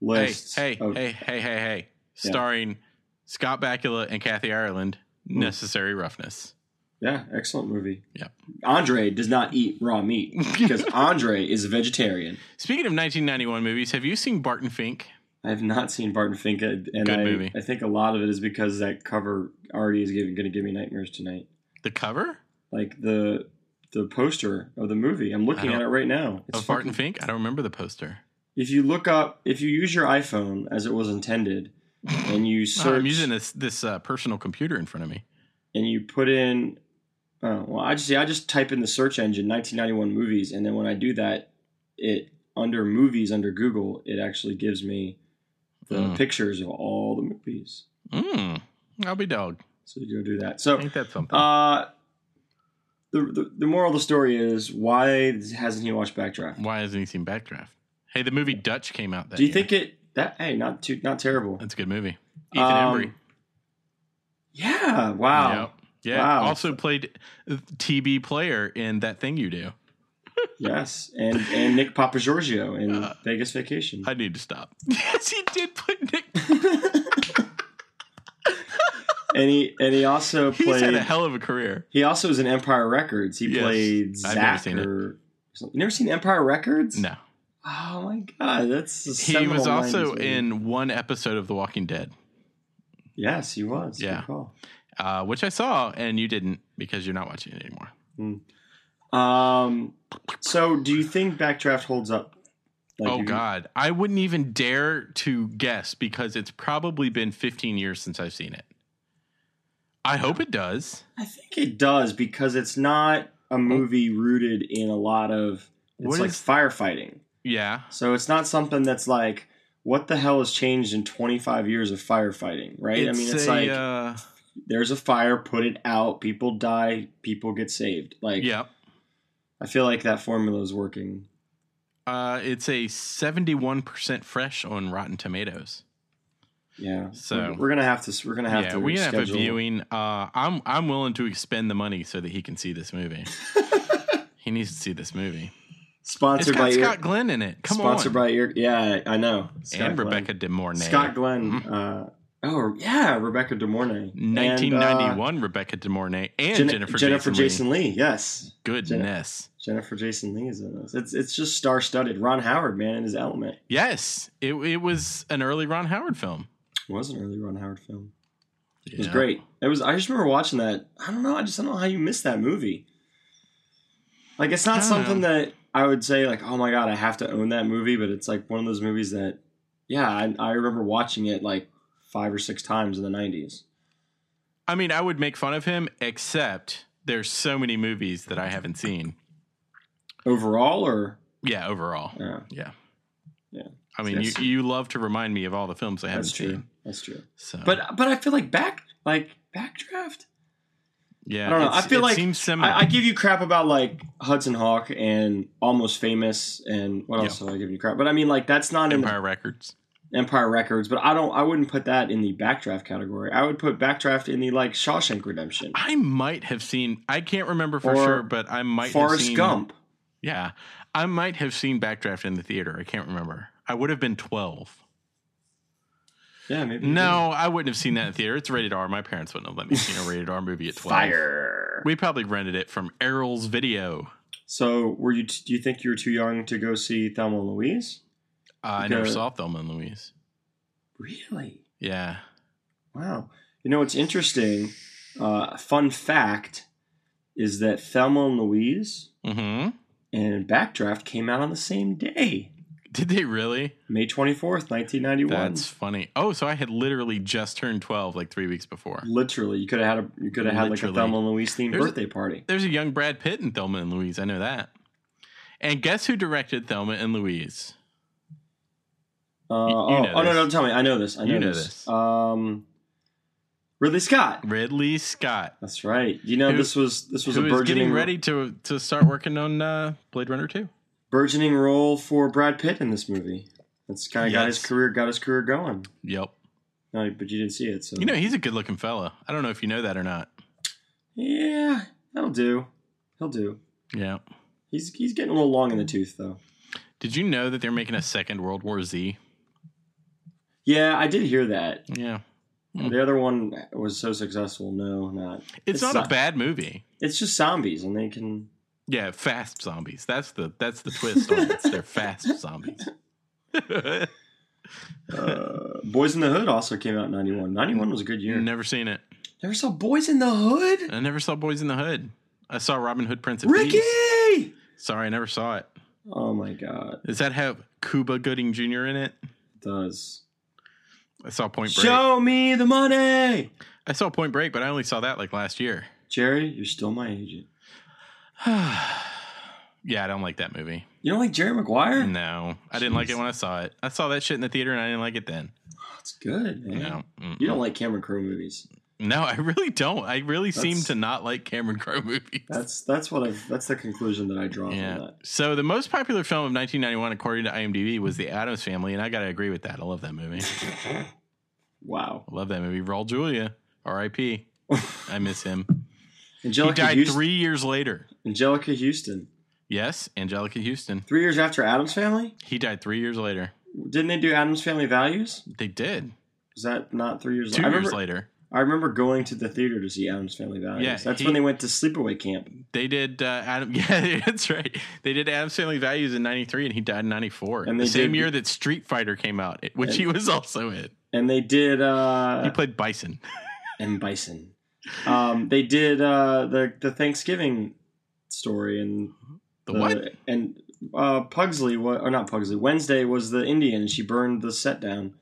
B: lists.
A: Hey, hey,
B: of-
A: hey, hey, hey, hey.
B: Yeah.
A: Starring Scott Bakula and Kathy Ireland.
B: Hmm.
A: Necessary roughness.
B: Yeah, excellent movie.
A: Yep.
B: Andre does not eat raw meat because Andre is a vegetarian.
A: Speaking of 1991 movies, have you seen Barton Fink?
B: I have not seen Barton Fink, and
A: Good
B: I,
A: movie.
B: I think a lot of it is because that cover already is going to give me nightmares tonight.
A: The cover
B: Like the the poster of the movie, I'm looking
A: I
B: at
A: don't-
B: it right now. It's
A: of Barton
B: fucking-
A: Fink? I don't remember the poster.
B: If you look up, if you use your iPhone as it was intended, and you
A: Oh,
B: search,
A: I'm using this this uh, personal computer in front of me.
B: and you put in, oh well, I just see, I just type in the search engine 1991 movies, and then when I do that, it under movies under Google, it actually gives me the
A: Mm.
B: pictures of all the movies.
A: Mm, I'll be dog.
B: So you go do that. So
A: Ain't that something?
B: Uh, the, the the moral of the story is why hasn't he watched Backdraft?
A: Why hasn't he seen Backdraft? Hey, the movie Dutch came out that
B: Do you
A: year.
B: think it that hey not too not terrible?
A: that's a good movie? Ethan
B: Um,
A: Embry.
B: Yeah, wow,
A: Yep. Yeah.
B: Wow.
A: Also played uh, TB player in that thing you do.
B: yes, and and Nick Papagiorgio in
A: Uh,
B: Vegas Vacation.
A: I need to stop. Yes, he did play Nick
B: and he and he also
A: He's had a
B: played.
A: hell of a career.
B: He also was in Empire Records. He
A: Yes,
B: played
A: I've never
B: Zach.
A: seen it.
B: or, you never seen Empire Records?
A: No,
B: Oh my god, that's a
A: He
B: seminal
A: was also
B: 90s movie.
A: in one episode of The Walking Dead,
B: Yes, he was. Good
A: Yeah.
B: call.
A: uh, which I saw, and you didn't because you're not watching it anymore.
B: Um. So, do you think Backdraft holds up? Like,
A: oh
B: you-
A: God, I wouldn't even dare to guess because it's probably been 15 years since I've seen it. I hope it does.
B: I think it does because it's not a movie rooted in a lot of. It's
A: What
B: like
A: is-
B: firefighting,
A: Yeah,
B: so it's not something that's like what the hell has changed in 25 years of firefighting, right? I mean, it's
A: a,
B: like
A: uh,
B: there's a fire, put it out, people die, people get saved. Like,
A: yeah,
B: I feel like that formula is working.
A: uh, it's a 71 percent fresh on Rotten Tomatoes.
B: Yeah.
A: So-
B: we're, we're gonna have to. We're gonna have
A: yeah,
B: to.
A: we're gonna have a
B: reschedule.
A: viewing. Uh, I'm I'm willing to expend the money so that he can see this movie. he needs to see this movie.
B: Sponsored
A: it's got
B: by Ear-
A: Scott Glenn in it. Come
B: sponsored
A: on,
B: by your yeah i know Scott
A: and
B: Glenn.
A: Rebecca Mm-hmm. De Mornay.
B: scott glenn uh oh yeah rebecca de mornay
A: 1991, Rebecca De Mornay and
B: and, uh, Jen-
A: Jennifer,
B: uh, jennifer
A: Jason. Leigh.
B: jason lee. yes
A: Goodness.
B: jennifer jason lee is in this it's it's just star-studded ron howard man in his element
A: Yes, it it was an early Ron Howard film.
B: it was an early ron howard film
A: Yeah.
B: it was great it was i just remember watching that i don't know i just don't know how you missed that movie like it's not
A: I don't
B: something that i would say like oh my god i have to own that movie but it's like one of those movies that yeah i, I remember watching it like five or six times in the 90s
A: I mean, I would make fun of him, except there's so many movies that I haven't seen.
B: overall or
A: Yeah, overall.
B: Yeah,
A: Yeah.
B: Yeah.
A: I mean,
B: Yes.
A: you, you love to remind me of all the films I haven't
B: that's true.
A: seen.
B: That's true.
A: So,
B: But but I feel like back like backdraft.
A: yeah,
B: I don't know.
A: it's-
B: I feel
A: it
B: like
A: seems similar.
B: I, I give you crap about like Hudson Hawk and Almost Famous and what else do I give you crap? But I mean like that's not in
A: Empire Records.
B: the Empire Records. But I don't. I wouldn't put that in the backdraft category. I would put backdraft in the like Shawshank Redemption,
A: I might have seen. I can't remember for
B: Or
A: sure, but I might. have
B: Forrest
A: seen,
B: Gump.
A: Yeah, I might have seen Backdraft in the theater. I can't remember. I would have been twelve.
B: Yeah, maybe
A: No, I wouldn't have seen that in theater. It's rated R. My parents wouldn't have let me see a rated R movie at 12.
B: Fire.
A: We probably rented it from Errol's Video.
B: So were you? T- do you think you were too young to go see Thelma and Louise?
A: Uh, I never
B: Okay.
A: saw Thelma and Louise.
B: Really?
A: Yeah.
B: Wow. You know what's interesting? Uh, fun fact is that Thelma and Louise
A: hmm
B: and Backdraft came out on the same day,
A: Did they really?
B: May 24th, 1991.
A: That's funny. Oh, so I had literally just turned 12 like three weeks before.
B: literally you could have had a you could have had like a
A: Literally.
B: Thelma and Louise themed
A: There's a-
B: birthday party.
A: There's a young Brad Pitt in Thelma and Louise. I know that. And guess who directed Thelma and Louise?
B: Uh,
A: you
B: oh,
A: know
B: oh, no,
A: this.
B: no, tell me. I know this. I know,
A: You know
B: this.
A: this.
B: Um, Ridley Scott.
A: Ridley Scott.
B: That's right. You know
A: Who-
B: this was this was a
A: Who is getting
B: burgeoning
A: ready to, to start working on uh, Blade Runner 2?
B: burgeoning role for Brad Pitt in this movie. That's kind of got his
A: Yes.
B: career got his career going.
A: Yep.
B: No, but you didn't see it, so
A: You know, he's a good looking fella. I don't know if you know that or not.
B: Yeah, that'll do. He'll do.
A: Yeah.
B: He's he's getting a little long in the tooth though.
A: Did you know that they're making a second World War Z?
B: Yeah, I did hear that.
A: Yeah. Mm.
B: The other one was so successful. No, not.
A: It's,
B: It's
A: not,
B: not-
A: a bad movie.
B: It's just zombies, and they can.
A: Yeah, fast zombies. That's the that's the twist on it. They're fast zombies.
B: Uh, Boys in the Hood also came out in '91. '91 was a good year.
A: Never seen it.
B: Never saw Boys in the Hood.
A: I never saw Boys in the Hood. I saw Robin Hood Prince of
B: Ricky.
A: Thieves. Sorry, I never saw it.
B: Oh my God,
A: Does that have Cuba Gooding Jr. in it?
B: it does.
A: I saw Point Break.
B: Show me the money,
A: I saw Point Break, but I only saw that like last year.
B: Jerry. You're still my agent.
A: yeah, I don't like that movie.
B: You don't like Jerry Maguire?
A: No, I didn't like
B: Jeez.
A: it when I saw it. I saw that shit in the theater and I didn't like it then.
B: That's good, man.
A: No, Mm-mm.
B: You don't like Cameron Crowe movies.
A: No, I really don't. I really seem
B: That's-
A: to not like Cameron Crowe movies.
B: That's that's what I've. That's the conclusion that I draw from
A: yeah.
B: that.
A: So the most popular film of 1991, according to IMDb, was The Addams Family, and I gotta agree with that. I love that movie.
B: Wow.
A: I love that movie. Raul Julia, R.I.P. I miss him. he
B: Angelica
A: died
B: Houston.
A: three years later.
B: Angelica Houston.
A: Yes, Angelica Houston.
B: Three years after Adam's Family,
A: He died three years later.
B: didn't they do Adam's Family Values?
A: They did
B: Was that not three years?
A: two
B: I remember,
A: years later.
B: I remember going to the theater to see Adam's Family Values.
A: Yeah,
B: That's
A: he-
B: when they went to sleepaway camp.
A: They did uh, Adam. Yeah, that's right. They did Adam's Family Values in '93, and he died in '94.
B: And
A: And
B: they
A: the same
B: did-
A: year that Street Fighter came out, which he was also in.
B: And they did
A: He
B: uh
A: played Bison.
B: and Bison. Um they did uh the the Thanksgiving story and
A: The what?
B: and uh Pugsley wa or not Pugsley, Wednesday was the Indian and she burned the set down.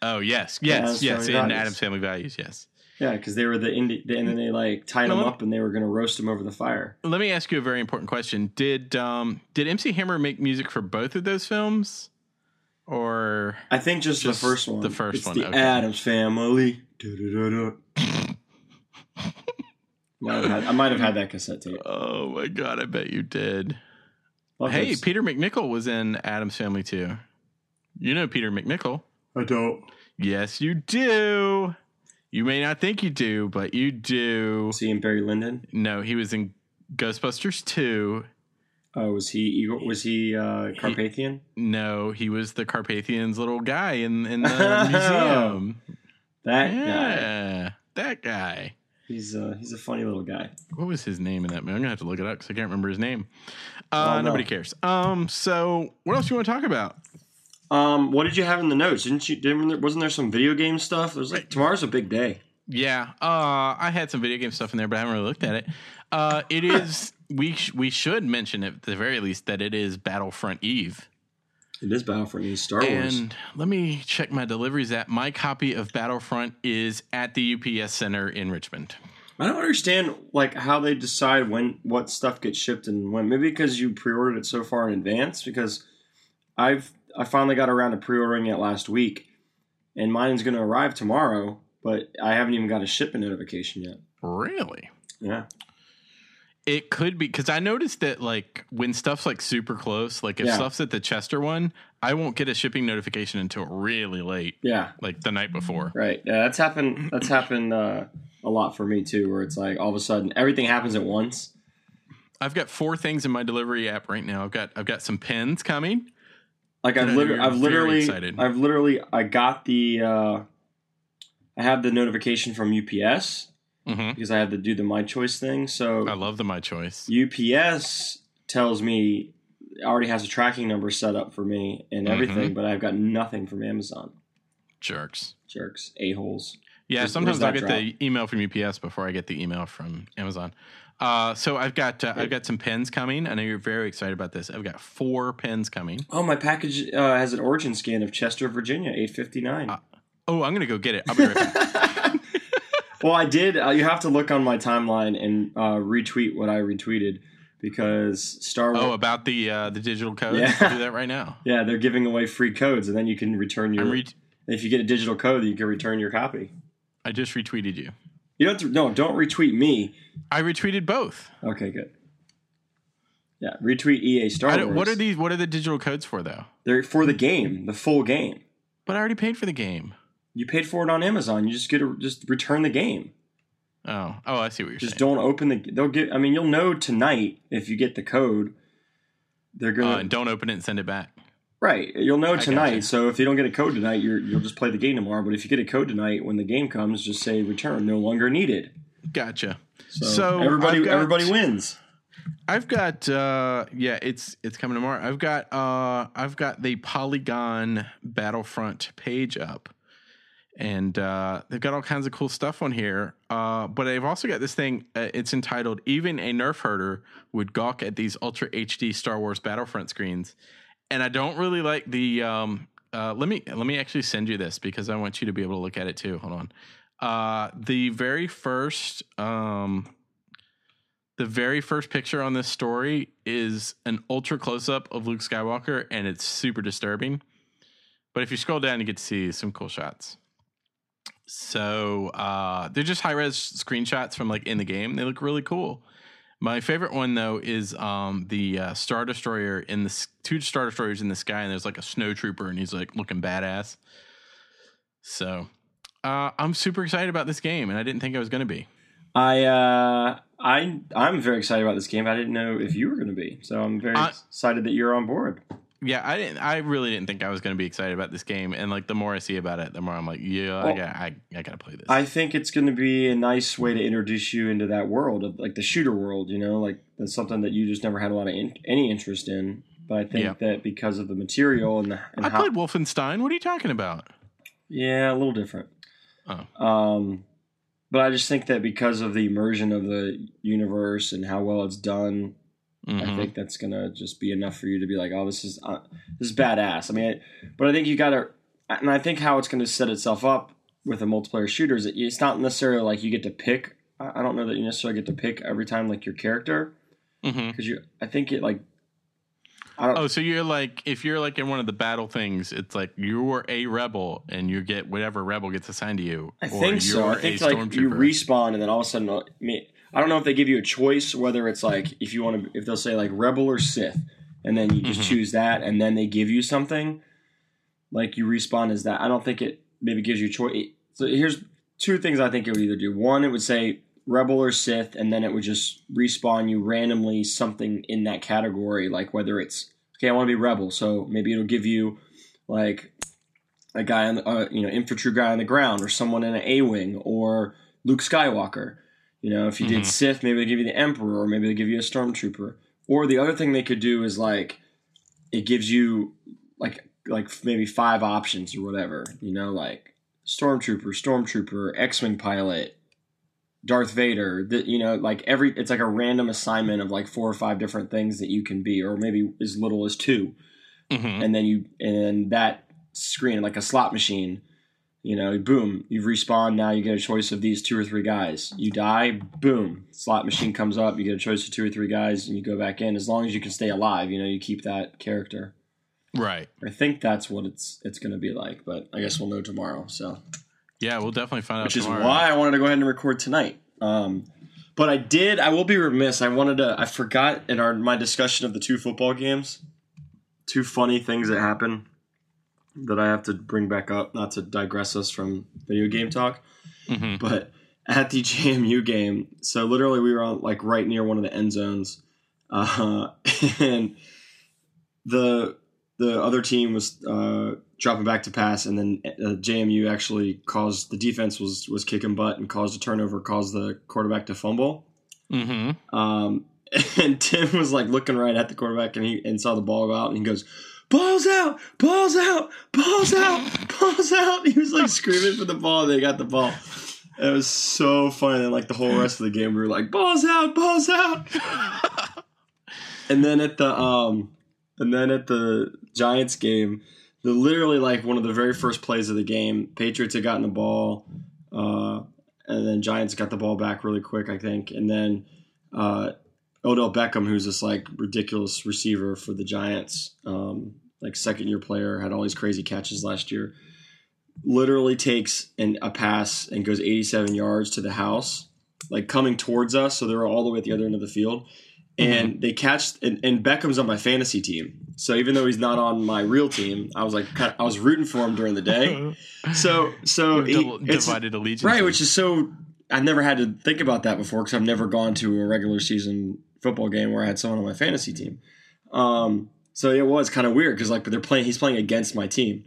A: Oh yes,
B: Yeah,
A: yes,
B: Adam's
A: yes.
B: Family
A: In
B: Values.
A: Adam's Family Values, yes.
B: Yeah, because they were the Indian, and then they like tied
A: No,
B: them
A: let-
B: up and they were gonna roast them over the fire.
A: Let me ask you a very important question. Did um did MC Hammer make music for both of those films, or
B: I think just,
A: Just
B: the first one.
A: the first
B: It's
A: one,
B: The
A: okay.
B: Adams Family. Du-du-du-du. Might have had- I might have had that cassette tape.
A: Oh my god, I bet you did.
B: Love
A: hey,
B: those.
A: Peter McNichol was in Adam's Family too. You know Peter McNichol.
B: I don't
A: Yes, you do. You may not think you do, but you do.
B: see him. Barry Lyndon.
A: No, he was in Ghostbusters 2.
B: Oh, was he Eagle? Was he uh, Carpathian?
A: No, he was the Carpathians little guy in, in the museum.
B: That guy.
A: Yeah, that guy.
B: He's uh, he's a funny little guy.
A: What was his name in that movie? I'm gonna have to look it up because I can't remember his name.
B: Oh,
A: Uh,
B: no.
A: Nobody cares. Um, so what else you want to talk about?
B: Um, what did you have in the notes? Didn't you? Didn't there, wasn't there some video game stuff? There's like tomorrow's a big day.
A: Yeah, uh, I had some video game stuff in there, but I haven't really looked at it. Uh, it is we sh- we should mention at the very least that it is Battlefront Eve.
B: It is Battlefront. It's Star Wars.
A: And let me check my deliveries app. My copy of Battlefront is at the UPS Center in Richmond.
B: I don't understand like how they decide when what stuff gets shipped and when. Maybe because you pre-ordered it so far in advance. Because I've I finally got around to pre-ordering it last week, and mine's going to arrive tomorrow. But I haven't even got a shipping notification yet.
A: Really?
B: Yeah,
A: It could be because I noticed that like when stuff's like super close, like if
B: Yeah.
A: stuff's at the Chester one, I won't get a shipping notification until really late,
B: yeah,
A: like the night before.
B: right. Yeah, that's happened. That's happened uh, a lot for me too. Where it's like all of a sudden everything happens at once.
A: I've got four things in my delivery app right now. I've got I've got some pins coming.
B: Like I've,
A: Yeah,
B: liter-
A: you're
B: I've
A: very
B: literally,
A: excited.
B: I've literally, I got the, uh, I have the notification from UPS
A: hmm
B: because I had to do the my choice thing. So
A: I love the my choice.
B: UPS tells me already has a tracking number set up for me
A: Mm-hmm.
B: and everything, but I've got nothing from Amazon.
A: Jerks.
B: Jerks, a holes.
A: Yeah,
B: Where's-
A: sometimes
B: where's
A: I'll get
B: that
A: the email from UPS before I get the email from Amazon. Uh, so I've got uh, I've got some pens coming. I know you're very excited about this. I've got four pens coming.
B: Oh, my package uh, has an origin scan of Chester, Virginia, eight fifty nine.
A: Oh, I'm gonna go get it. I'll be right back.
B: well, I did. Uh, you have to look on my timeline and uh, retweet what I retweeted because Star Wars.
A: oh, about the uh, the digital codes.
B: Yeah.
A: I'll do that right now.
B: yeah, they're giving away free codes, and then you can return your.
A: I'm re-
B: if you get a digital code, you can return your copy.
A: I just retweeted you.
B: You don't. Have to, no, don't retweet me.
A: I retweeted both.
B: Okay, good. Yeah, retweet EA
A: I
B: Star
A: don't-
B: Wars.
A: what are these? What are the digital codes for though?
B: They're for the game, the full game.
A: But I already paid for the game.
B: You paid for it on Amazon. You just get to just return the game.
A: Oh, oh, I see what you're
B: Just
A: saying.
B: don't open the. They'll get. I mean, you'll know tonight if you get the code. They're
A: Don't,
B: gonna
A: uh, don't open it and send it back.
B: right. You'll know
A: gotcha.
B: tonight. So if you don't get a code tonight, you're, you'll just play the game tomorrow. But if you get a code tonight, when the game comes, just say return. No longer needed.
A: Gotcha.
B: So,
A: So,
B: everybody,
A: I've got-
B: everybody wins.
A: I've got uh yeah, it's it's coming tomorrow. I've got uh I've got the Polygon Battlefront page up. And uh they've got all kinds of cool stuff on here. Uh but I've also got this thing uh, it's entitled Even a Nerf Herder would gawk at these ultra HD Star Wars Battlefront screens. And I don't really like the um uh, let me let me actually send you this because I want you to be able to look at it too. Hold on. Uh the very first um the very first picture on this story is an ultra close up of Luke Skywalker, and it's super disturbing. But if you scroll down, you get to see some cool shots. So uh, they're just high res screenshots from like in the game. They look really cool. My favorite one though is um, the uh, Star Destroyer in the s- two Star Destroyers in the sky, and there's like a snowtrooper, and he's like looking badass. So uh, I'm super excited about this game, and I didn't think I was going to be.
B: I uh, I I'm very excited about this game. I didn't know if you were going to be, so I'm very
A: I-
B: excited that you're on board.
A: yeah, I didn't. I really didn't think I was going to be excited about this game, and like the more I see about it, the more I'm like, yeah, I
B: Well,
A: got, I, I got to play this.
B: I think it's going to be a nice way to introduce you into that world of like the shooter world, you know, like that's something that you just never had a lot of in, any interest in. But I think
A: Yeah.
B: that because of the material and, the, and
A: I
B: how,
A: played Wolfenstein. What are you talking about?
B: yeah, a little different.
A: Oh.
B: Um, but I just think that because of the immersion of the universe and how well it's done, I
A: Mhm.
B: think that's gonna just be enough for you to be like, oh, this is uh, this is badass. I mean, I, but I think you gotta, and I think how it's gonna set itself up with a multiplayer shooter is that it's not necessarily like you get to pick. I I don't know that you necessarily get to pick every time like your character
A: Mhm.
B: because you. I think it like, I don't.
A: Oh, so you're like if you're like in one of the battle things, it's like you're a rebel and you get whatever rebel gets assigned to you.
B: I think so. I think like you respawn and then all of a sudden, uh, I mean, I don't know if they give you a choice whether it's like if you want to, if they'll say like rebel or Sith, and then you just
A: Mhm.
B: choose that, and then they give you something like you respawn as that. I don't think it maybe gives you choice. So here's two things I think it would either do. One, it would say rebel or Sith, and then it would just respawn you randomly something in that category, like whether it's okay, I want to be rebel, so maybe it'll give you like a guy on the, uh, you know infantry guy on the ground or someone in an A-wing or Luke Skywalker. You know, if you
A: Mhm.
B: did Sith, maybe they give you the Emperor or maybe they give you a stormtrooper. Or the other thing they could do is like it gives you like like maybe five options or whatever. You know, like stormtrooper, stormtrooper, X-wing pilot, Darth Vader. That you know, like every it's like a random assignment of like four or five different things that you can be, or maybe as little as two
A: hmm
B: and then you and that screen like a slot machine you know boom you respawn now you get a choice of these two or three guys you die boom slot machine comes up you get a choice of two or three guys and you go back in as long as you can stay alive you know you keep that character
A: Right.
B: i think that's what it's it's going to be like but i guess we'll know tomorrow so
A: Yeah, we'll definitely find out
B: which is
A: tomorrow.
B: why I wanted to go ahead and record tonight. Um, but I did. I will be remiss. I wanted to. I forgot in our my discussion of the two football games. Two funny things that happened that I have to bring back up, not to digress us from video game talk,
A: Mhm.
B: but at the JMU game. So literally, we were on like right near one of the end zones, uh, and the the other team was uh, dropping back to pass, and then uh, JMU actually caused the defense was was kicking butt and caused a turnover, caused the quarterback to fumble.
A: Mhm.
B: Um, and Tim was like looking right at the quarterback, and he and saw the ball go out, and he goes. Balls out! Balls out! Balls out! Balls out! He was like screaming for the ball. And they got the ball. It was so fun. And like the whole rest of the game, we were like, "Balls out! Balls out!" And then at the um, and then at the Giants game, the literally like one of the very first plays of the game, Patriots had gotten the ball, uh, and then Giants got the ball back really quick, I think, and then uh, Odell Beckham, who's this like ridiculous receiver for the Giants, um, like second year player, had all these crazy catches last year. Literally takes an, a pass and goes 87 yards to the house, like coming towards us. So they were all the way at the other end of the field. And they catch, and, and Beckham's on my fantasy team. So even though he's not on my real team, I was like, kind of, I was rooting for him during the day. So, so
A: We've
B: he-
A: dil-
B: it's-
A: divided allegiance.
B: Right, which is so. I've never had to think about that before because I've never gone to a regular season football game where I had someone on my fantasy team. Um, so it was kind of weird because like they're playing, he's playing against my team.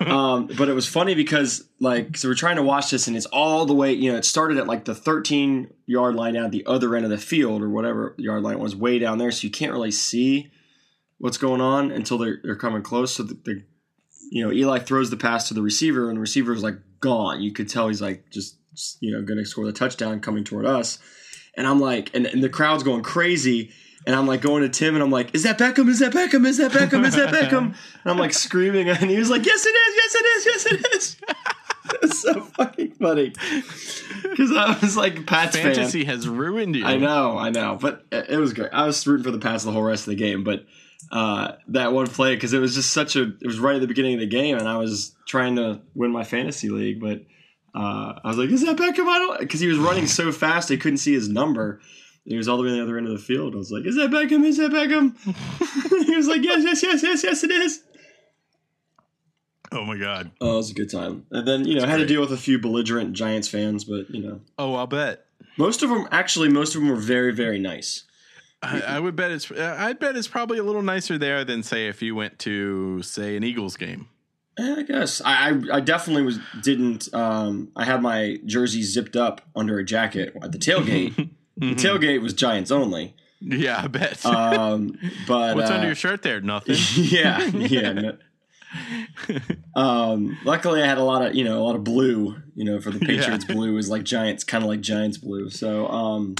B: um, but it was funny because like so we're trying to watch this and it's all the way you know it started at like the 13 yard line out the other end of the field or whatever yard line it was way down there so you can't really see what's going on until they're, they're coming close. So the, the you know Eli throws the pass to the receiver, and the receiver is like gone. You could tell he's like just you know going to score the touchdown coming toward us. And I'm like, and, and the crowd's going crazy. And I'm like going to Tim, and I'm like, "Is that Beckham? Is that Beckham? Is that Beckham? Is that Beckham?" and I'm like screaming, and he was like, "Yes, it is! Yes, it is! Yes, it is!" it's so fucking funny because I was like Pat's fan.
A: fantasy has ruined you.
B: I know, I know, but it it was great. I was rooting for the pass the whole rest of the game, but uh, that one play because it was just such a. It was right at the beginning of the game, and I was trying to win my fantasy league, but uh, I was like, "Is that Beckham?" I don't because he was running so fast, I couldn't see his number. He was all the way on the other end of the field. I was like, "Is that Beckham? Is that Beckham?" he was like, "Yes, yes, yes, yes, yes, it is."
A: Oh my god.
B: Oh, it was a good time. And then you know,
A: That's
B: had to
A: great.
B: deal with a few belligerent Giants fans, but you know,
A: Oh, I'll bet.
B: most of them actually, most of them were very, very nice.
A: I, I would bet it's. uh, I'd bet it's probably a little nicer there than say if you went to say an Eagles game.
B: Eh, I guess I, I, I definitely was didn't. Um, I had my jersey zipped up under a jacket at the tailgate.
A: Mm-hmm.
B: the tailgate was Giants only.
A: Yeah, I bet.
B: Um, but
A: What's
B: uh,
A: under your shirt there? Nothing.
B: yeah, yeah. no- um, luckily, I had a lot of you know a lot of blue. You know, for the Patriots, blue is like Giants, kind of like Giants blue. So, um,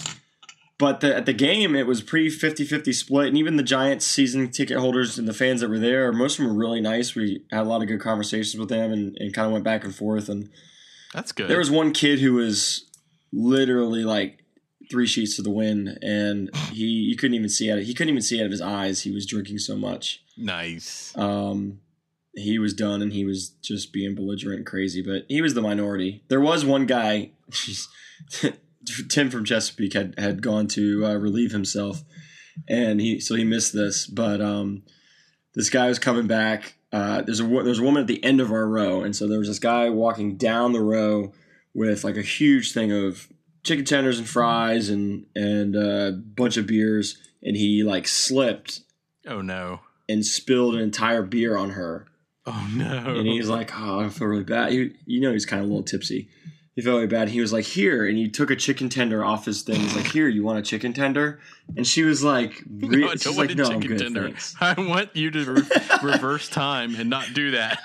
B: but the, at the game, it was pretty 50-50 split, and even the Giants season ticket holders and the fans that were there, most of them were really nice. We had a lot of good conversations with them, and, and kind of went back and forth. And
A: That's good.
B: there was one kid who was literally like three sheets to the wind, and he you couldn't even see out of he couldn't even see out of his eyes. He was drinking so much
A: nice.
B: um, he was done and he was just being belligerent and crazy, but he was the minority. There was one guy, jeez, Tim from Chesapeake had, had gone to uh, relieve himself, and he so he missed this. But um, this guy was coming back. Uh, there's a wo- there's a woman at the end of our row, and so there was this guy walking down the row with like a huge thing of chicken tenders and fries and and a bunch of beers, and he like slipped
A: Oh no.
B: and spilled an entire beer on her.
A: Oh no.
B: And he's like, "Oh, I feel really bad." He, you know, he's kind of a little tipsy. He felt really bad. He was like, "Here," and he took a chicken tender off his thing. He's like, "Here, you want a chicken tender?" And she was like, re-
A: No, I
B: she's
A: don't
B: like,
A: want a
B: "No, I'm
A: chicken
B: good,
A: tender.
B: thanks."
A: I want you to re- reverse time and not do that.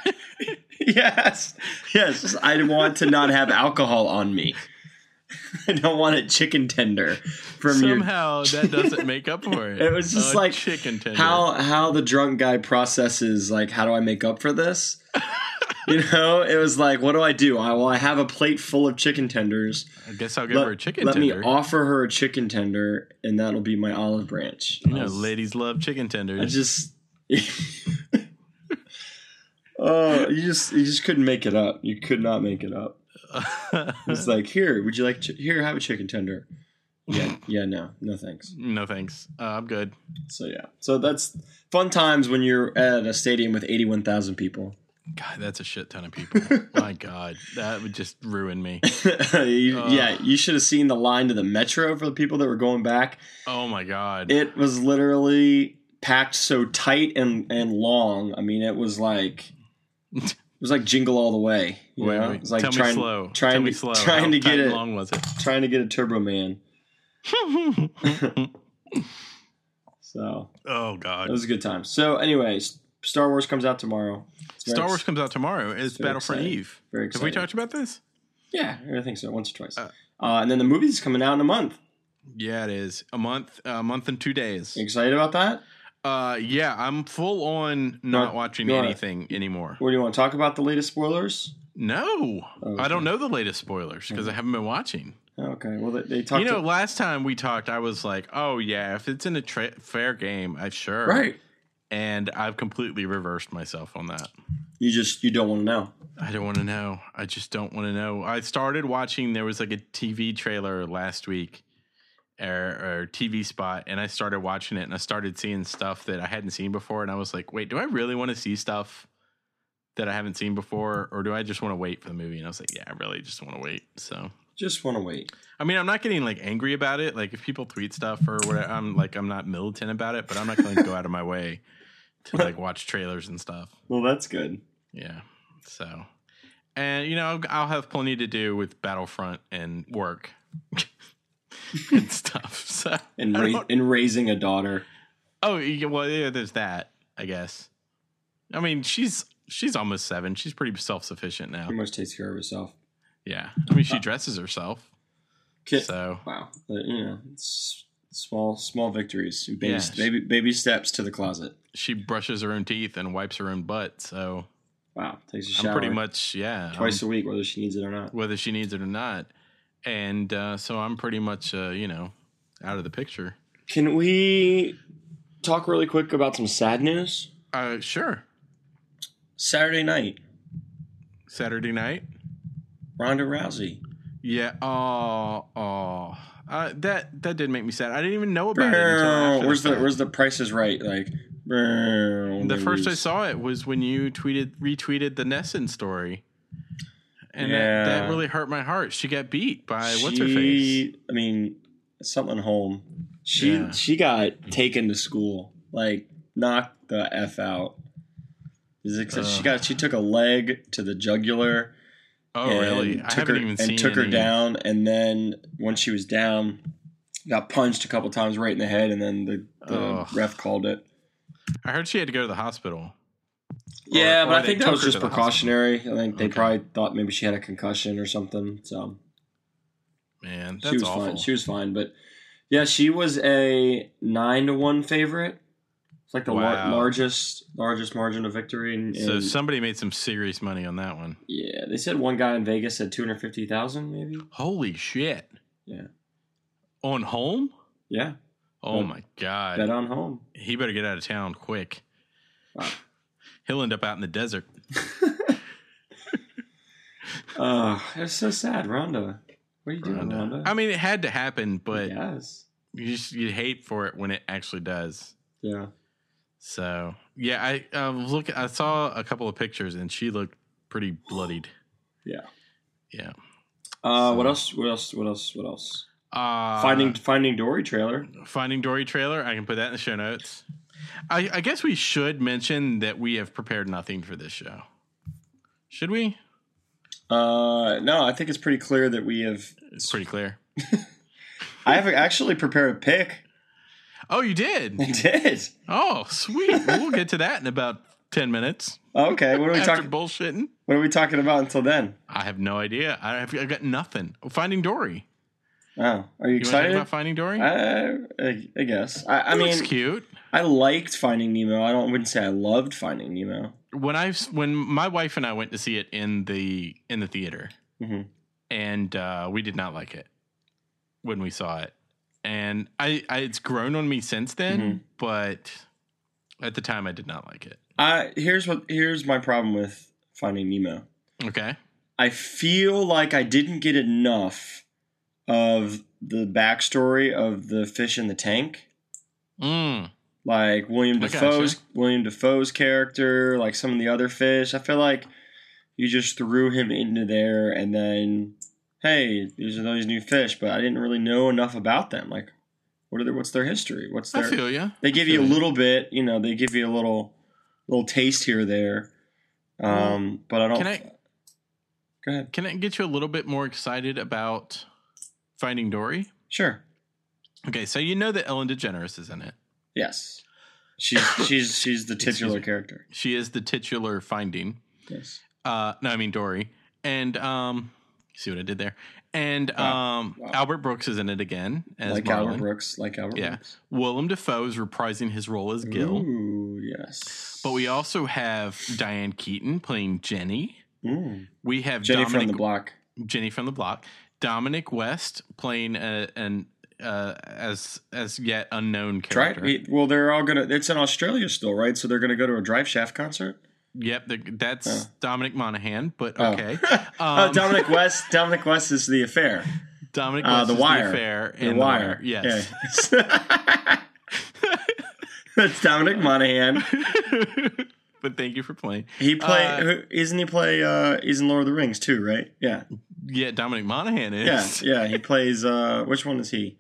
B: Yes, yes. I want to not have alcohol on me. I don't want a chicken tender from your
A: Somehow that doesn't make up for it.
B: It was just
A: A
B: like,
A: chicken tender.
B: how how the drunk guy processes like how do I make up for this? you know, it was like what do I do? I well I have a plate full of chicken tenders.
A: I guess I'll give her a chicken
B: let
A: tender.
B: me offer her a chicken tender, and that'll be my olive branch.
A: you
B: I
A: know,
B: was-
A: ladies love chicken
B: I
A: tenders.
B: just. Oh, you just you just couldn't make it up. You could not make it up. It's like here, would you like chi- here? Have a chicken tender. Yeah, yeah, no, no, thanks.
A: no thanks. Uh, I'm good.
B: So yeah, so that's fun times when you're at a stadium with eighty-one thousand people.
A: God, that's a shit ton of people. My God, that would just ruin me.
B: You-
A: Ugh.
B: yeah, you should have seen the line to the metro for the people that were going back.
A: Oh my God.
B: It was literally packed so tight and and long. I mean, it was like it was like jingle all the way. You
A: Wait,
B: know?
A: wait.
B: It was like
A: Tell
B: trying,
A: me slow.
B: Trying,
A: Tell me slow.
B: Trying
A: How
B: to get
A: tight
B: it.
A: and long was it?
B: Trying to get a Turbo Man. So
A: oh God.
B: it was a good time. So, anyways, Star Wars comes out tomorrow. It's very
A: Star
B: ex-
A: Wars comes out tomorrow. It's,
B: very
A: Battlefront
B: exciting.
A: Eve.
B: Very
A: Have we
B: exciting.
A: talked about this?
B: Yeah, I think so. Once or twice.
A: Uh,
B: Uh, and then the movie's coming out in a month.
A: Yeah, it is a month, uh, a month and two days.
B: You excited about that?
A: Uh, yeah, I'm full on not
B: No,
A: watching
B: no.
A: anything anymore.
B: What do you want to talk about? The latest spoilers?
A: No,
B: Oh, Okay.
A: I don't know the latest spoilers because I haven't been watching.
B: Okay. Well, they, they talked.
A: you know,
B: to-
A: last time we talked, I was like, "Oh yeah, if it's in a tra- fair game, I sure."
B: right?
A: And I've completely reversed myself on that.
B: You just you don't want to know.
A: I don't want to know. I just don't want to know. I started watching. There was like a TV trailer last week, or, or TV spot, and I started watching it, and I started seeing stuff that I hadn't seen before, and I was like, "Wait, do I really want to see stuff that I haven't seen before, or do I just want to wait for the movie?" And I was like, "Yeah, I really just want to wait." So,
B: Just want to wait.
A: I mean, I'm not getting like angry about it. Like if people tweet stuff or whatever, I'm like, I'm not militant about it, but I'm not going to go out of my way to like watch trailers and stuff.
B: Well, that's good.
A: Yeah. So, and you know, I'll have plenty to do with Battlefront and work and stuff. So,
B: And
A: I
B: ra-
A: don't-
B: and raising a daughter.
A: oh, yeah, well, yeah, there's that, I guess. I mean, she's she's almost seven. She's pretty self sufficient now.
B: Pretty much takes care of herself.
A: Yeah. I mean,
B: Uh,
A: she dresses herself.
B: Kid.
A: So,
B: Wow. But, you know, it's small small victories. Baby,
A: Yeah.
B: baby baby steps to the closet.
A: she brushes her own teeth and wipes her own butt. So,
B: Wow. Takes a
A: I'm
B: shower
A: pretty much, yeah.
B: twice
A: I'm-
B: a week, whether she needs it or not.
A: whether she needs it or not. And uh, so I'm pretty much, uh, you know, out of the picture.
B: Can we talk really quick about some sad news?
A: Uh, sure.
B: Saturday night,
A: Saturday night.
B: Ronda Rousey.
A: Yeah. Oh, oh. Uh, that that did make me sad. I didn't even know about it. Until after
B: Where's the
A: fact.
B: Where's the Price is Right? Like
A: the first I saw it was when you tweeted retweeted the Nesson story, and that,
B: Yeah.
A: that really hurt my heart. She got beat by
B: She,
A: what's her face.
B: I mean, something home. She
A: Yeah.
B: she got taken to school, like knocked the f out. Is it- She
A: Ugh.
B: got she took a leg to the jugular.
A: Oh,
B: and
A: really? I
B: Took
A: haven't
B: her,
A: even
B: and
A: seen
B: took her
A: any.
B: down, and then once she was down, got punched a couple times right in the head, and then the, the
A: Ugh.
B: ref called it.
A: I heard she had to go to the hospital.
B: Yeah,
A: Or-
B: but
A: or
B: I think
A: they
B: that was
A: took her
B: just
A: to the
B: precautionary. I think they
A: Okay.
B: probably thought maybe she had a concussion or something. So
A: Man,
B: she
A: that's
B: was
A: awful.
B: fine. She was fine, but yeah, she was a nine to one favorite. It's like the lar-
A: Wow.
B: largest largest margin of victory. And,
A: so
B: and-
A: somebody made some serious money on that one.
B: yeah, they said one guy in Vegas said two hundred fifty thousand, maybe.
A: Holy shit.
B: Yeah.
A: On home?
B: Yeah,
A: Oh
B: Yeah.
A: my god.
B: bet on home.
A: He better get out of town quick.
B: Wow.
A: He'll end up out in the desert.
B: Oh, that's so sad, Rhonda. What are you doing,
A: Rhonda.
B: Rhonda?
A: I mean, it had to happen, but
B: yes,
A: you just you hate for it when it actually does.
B: yeah.
A: So yeah, I uh, look. I saw a couple of pictures, and she looked pretty bloodied.
B: Yeah.
A: yeah.
B: Uh, what
A: So-
B: else? What else? What else? What else?
A: Uh,
B: Finding Finding Dory trailer.
A: Finding Dory trailer. I can put that in the show notes. I, I guess we should mention that we have prepared nothing for this show. Should we?
B: Uh, no, I think it's pretty clear that we have.
A: It's pretty clear.
B: I have actually prepared a pick.
A: Oh, you did.
B: I did.
A: Oh, sweet. we'll get to that in about ten minutes.
B: Okay, what are we
A: After
B: talking?
A: bullshitting,
B: What are we talking about until then?
A: I have no idea. I have. I've got nothing. Finding Dory.
B: Oh, are you,
A: You want to talk
B: excited?
A: about Finding Dory?
B: I, I, I guess. I, I
A: It
B: mean,
A: looks cute.
B: I liked Finding Nemo. I don't wouldn't say I loved Finding Nemo.
A: when I when my wife and I went to see it in the in the theater,
B: Mhm.
A: and uh, we did not like it when we saw it, and I, I it's grown on me since then.
B: Mm-hmm.
A: But at the time, I did not like it.
B: I here's what here's my problem with Finding Nemo.
A: Okay,
B: I feel like I didn't get enough of the backstory of the fish in the tank.
A: mm,
B: like William
A: I
B: Defoe's William Defoe's character, like some of the other fish. I feel like you just threw him into there, and then hey, these are these new fish, but I didn't really know enough about them. Like, what are their what's their history? What's
A: I
B: their
A: feel you.
B: they give you a
A: Sure.
B: little bit, you know, they give you a little little taste here or there. Um, but I don't.
A: Can I
B: Go ahead.
A: can I get you a little bit more excited about Finding Dory?
B: Sure.
A: Okay, so you know that Ellen DeGeneres is in it.
B: Yes. She's she's she's the
A: Excuse
B: titular
A: me.
B: character.
A: She is the titular Finding.
B: Yes.
A: uh no i mean dory and um see what i did there and
B: Wow.
A: um
B: Wow.
A: albert brooks is in it again as
B: like Albert
A: Marlin.
B: Brooks. Like Albert
A: Yeah.
B: Brooks.
A: willem dafoe is reprising his role as gil
B: Ooh, yes.
A: but we also have diane keaton playing jenny
B: Mm.
A: we have
B: Jenny
A: dominic
B: from the block.
A: jenny from the block dominic west playing a, an uh as as yet unknown
B: Try
A: character
B: it. Well, they're all gonna. It's in Australia still, right? So they're gonna go to a Drive Shaft concert.
A: yep th- that's
B: Oh.
A: dominic monaghan but
B: Oh.
A: okay
B: Oh,
A: Um,
B: Dominic West. Dominic West is the affair.
A: dominic
B: Uh,
A: west
B: The
A: is
B: Wire.
A: the affair
B: The
A: and The
B: wire.
A: Wire, yes
B: Yeah. That's Dominic Monaghan.
A: but thank you for playing
B: He play.
A: Uh,
B: who, isn't he play? Uh, he's in Lord of the Rings too, right? Yeah.
A: Yeah, Dominic Monaghan
B: Yeah.
A: is.
B: Yeah. He plays. Uh, which one is he?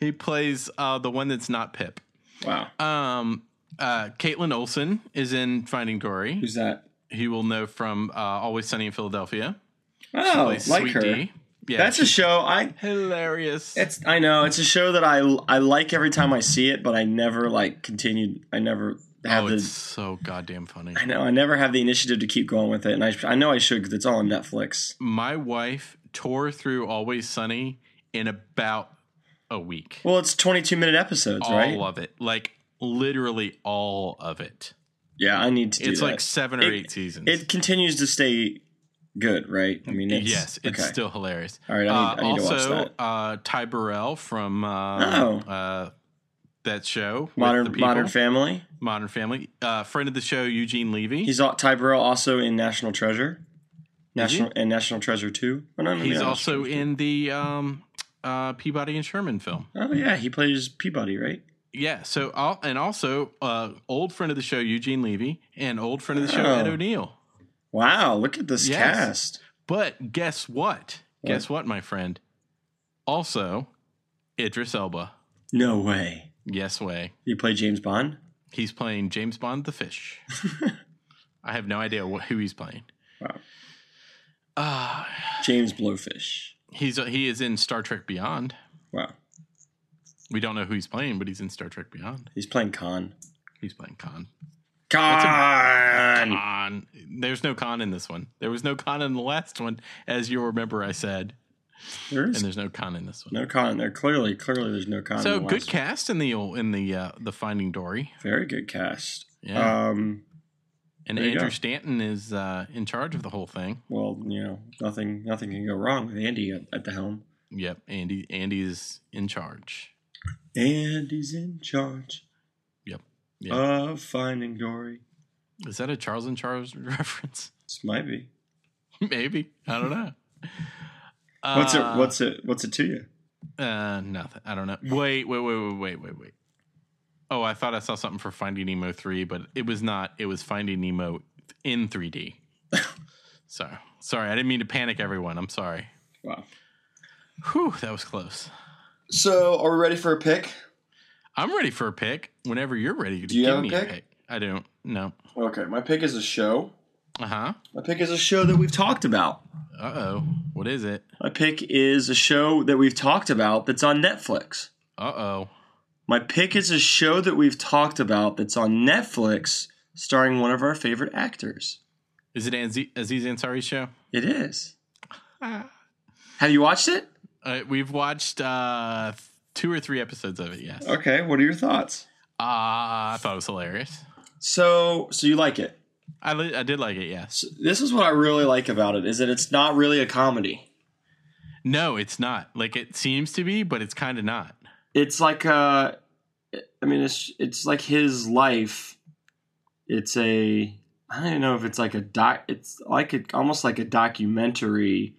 A: He plays uh, the one that's not Pip.
B: Wow.
A: Um, uh, Caitlin Olsen is in Finding Dory.
B: Who's that?
A: You will know from uh, Always Sunny in Philadelphia. She
B: Oh,
A: plays
B: like
A: Sweet
B: her.
A: D. Yeah,
B: That's a show. I
A: hilarious.
B: It's I know it's a show that I I like every time I see it, but I never like continued. I never have
A: oh,
B: the
A: it's so goddamn funny.
B: I know I never have the initiative to keep going with it, and I I know I should because it's all on Netflix.
A: My wife tore through Always Sunny in about a week.
B: Well, it's twenty two minute episodes,
A: all
B: right?
A: of it, like literally all of it.
B: Yeah, I need to. Do
A: It's like
B: that.
A: seven or
B: It-
A: eight seasons.
B: it continues to stay good, right? I mean, it's,
A: yes, it's
B: okay.
A: still hilarious.
B: all right. I need,
A: Uh,
B: I need
A: also,
B: to watch that.
A: Uh, Ty Burrell from uh,
B: Oh.
A: uh, that show, with the
B: Modern
A: people,
B: Modern Family.
A: Modern Family. Uh, friend of the show, Eugene Levy.
B: He's al- Ty Burrell also in National Treasure, National and National Treasure Two. Oh, no, no,
A: He's
B: no,
A: also
B: National
A: in the um, uh, Peabody and Sherman film.
B: Treasure. Oh yeah, he plays Peabody, right?
A: Yeah. So, al- and also uh, old friend of the show, Eugene Levy, and old friend of the show,
B: Oh.
A: Ed O'Neill.
B: Wow, look at this
A: Yes.
B: cast.
A: But guess what? Guess what, my friend? Also, Idris Elba.
B: No way.
A: Yes way.
B: You play James Bond?
A: He's playing James Bond the Fish. I have no idea what, who he's playing.
B: Wow.
A: Uh,
B: James Blowfish.
A: he's he is in Star Trek Beyond.
B: Wow.
A: We don't know who he's playing, but he's in Star Trek Beyond.
B: He's playing Khan.
A: He's playing Khan.
B: Khan.
A: Khan. There's no Khan in this one. There was no Khan in the last one, as you'll remember. I said,
B: There
A: and
B: is
A: there's no Khan in this one.
B: no Khan. There clearly, clearly, there's no Khan.
A: so
B: in the
A: good
B: last-
A: cast in the in the uh, the Finding Dory.
B: Very good cast.
A: Yeah,
B: Um.
A: and
B: there you
A: Andrew
B: go.
A: Stanton is uh, in charge of the whole thing.
B: Well, you know, nothing, nothing can go wrong with Andy at, at the helm.
A: Yep, Andy Andy is in charge.
B: Andy's in charge
A: Yep. Yeah.
B: of finding Dory.
A: Is that a Charles and Charles reference?
B: This might be.
A: Maybe I don't know.
B: What's
A: Uh,
B: it? What's it? What's it to you?
A: Uh, nothing. I don't know. Wait, wait, wait, wait, wait, wait, wait. Oh, I thought I saw something for Finding Nemo three, but it was not. It was Finding Nemo in three D. so sorry, I didn't mean to panic everyone. I'm sorry.
B: Wow.
A: Whew, that was close.
B: So, are we ready for a pick?
A: I'm ready for a pick. Whenever you're ready,
B: Do you
A: give
B: have a
A: me
B: pick?
A: a pick. I don't. No.
B: Okay, my pick is a show.
A: Uh huh.
B: My pick is a show that we've talked about.
A: Uh oh. What is it?
B: My pick is a show that we've talked about that's on Netflix.
A: Uh oh.
B: My pick is a show that we've talked about that's on Netflix starring one of our favorite actors.
A: Is it Aziz, Aziz Ansari's show?
B: It is.
A: Ah.
B: Have you watched it?
A: Uh, we've watched uh, two or three episodes of it. Yes. Uh,
B: Okay, what are your thoughts?
A: I thought it was hilarious.
B: So, so you like it?
A: I, li- I did like it. Yes.
B: So this is what I really like about it is that it's not really a comedy.
A: No, it's not. Like it seems to be, but it's kind of not.
B: It's like uh I mean it's it's like his life. It's a I don't even know if it's like a doc it's like a, almost like a documentary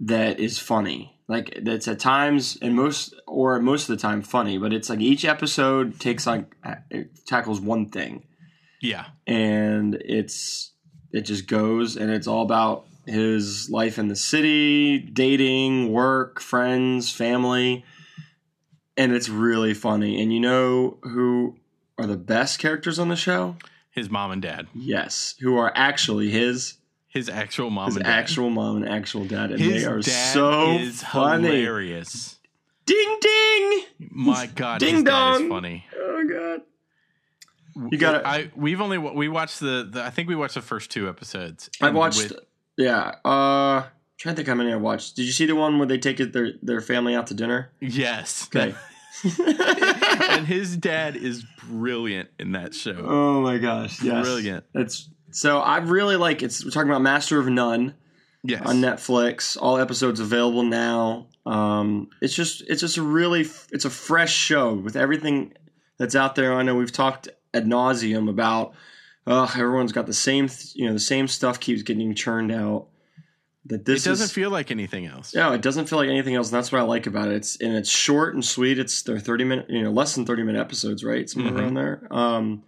B: that is funny. Like that's at times and most or most of the time funny, but it's like each episode takes like it tackles one thing.
A: Yeah.
B: and it's it just goes and it's all about his life in the city, dating, work, friends, family. And it's really funny. And you know who are the best characters on the show?
A: His mom and dad.
B: Yes, who are actually his
A: His actual mom
B: his
A: and dad.
B: actual mom and actual dad and
A: His
B: they are
A: dad
B: so
A: is
B: funny.
A: hilarious.
B: Ding ding.
A: My God,
B: Ding
A: his dad
B: dong.
A: is funny.
B: Oh god. You gotta-
A: I we've only wa- we watched the, the I think we watched the first two episodes.
B: I
A: And
B: watched
A: with-
B: yeah, uh trying to think how many I watched. Did you see the one where they take it, their their family out to dinner?
A: yes.
B: Okay.
A: and his dad is brilliant in that show.
B: oh my gosh! Yes,
A: Brilliant.
B: It's so I really like. It's we're talking about Master of None
A: Yes.
B: on Netflix. All episodes available now. Um, it's just it's just a really it's a fresh show with everything that's out there. I know we've talked ad nauseum about. Uh, everyone's got the same th- you know the same stuff keeps getting churned out. That
A: it
B: this
A: doesn't
B: is,
A: feel like anything else.
B: no, it doesn't feel like anything else. And that's what I like about it. It's and it's short and sweet. It's they're thirty minute, you know, less than thirty minute episodes, right? Somewhere
A: Mhm.
B: around there. Um,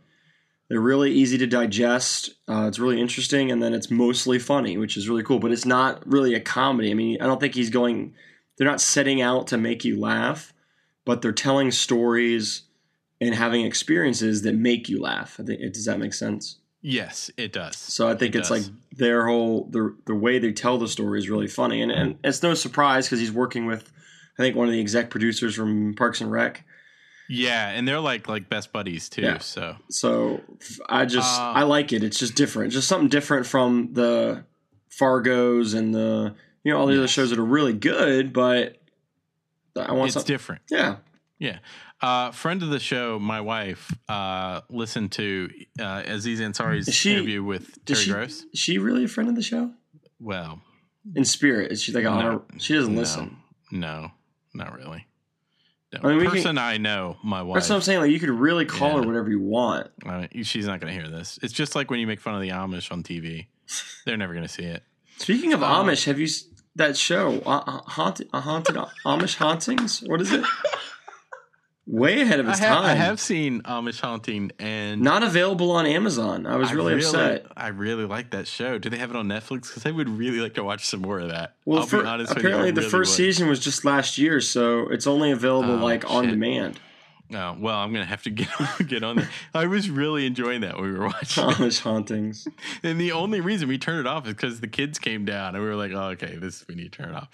B: they're really easy to digest. Uh, it's really interesting, and then it's mostly funny, which is really cool. But it's not really a comedy. I mean, I don't think he's going. They're not setting out to make you laugh, but they're telling stories and having experiences that make you laugh. I think does that make sense?
A: Yes, it does.
B: So I think
A: It
B: it's
A: does.
B: like their whole the the way they tell the story is really funny, and and it's no surprise because he's working with I think one of the exec producers from Parks and Rec.
A: Yeah, and they're like like best buddies too.
B: Yeah.
A: So
B: So I just
A: Uh,
B: I like it. It's just different, just something different from the Fargo's and the you know all the other
A: Yes.
B: shows that are really good, but I want
A: it's
B: something.
A: different.
B: Yeah,
A: Uh, friend of the show, my wife, uh, listened to uh, Aziz Ansari's
B: Is she-
A: interview with
B: does
A: Terry
B: she-
A: Gross.
B: is she really a friend of the show
A: Well,
B: in spirit? Is she like a
A: No.
B: honor? She doesn't
A: No.
B: listen.
A: no, not really. No.
B: I mean, we can-
A: Person I know, my wife.
B: That's what I'm saying. Like you could really call her
A: Yeah.
B: whatever you want.
A: Uh, she's not going to hear this. It's just like when you make fun of the Amish on TV; they're never going to see it.
B: Speaking of
A: Um,
B: Amish, have you s- uh, that show uh, uh, haunted, uh, haunted Amish hauntings? What is it? way ahead of
A: I
B: its
A: have,
B: time.
A: I have seen Amish Haunting, and
B: Not available on Amazon. I was really, upset.
A: I really like that show. Do they have it on Netflix? Because I would really like to watch some more of that.
B: Well,
A: I'll
B: fir-
A: be honest
B: apparently
A: with you, I
B: the first
A: really
B: season was just last year, so it's only available
A: Oh,
B: like on
A: shit.
B: demand.
A: would. Oh, well, I'm gonna have to get get on there. I was really enjoying that when we were watching, it.
B: Amish hauntings.
A: and the only reason we turned it off is because the kids came down, and we were like, "Oh, okay, this we need to turn it off."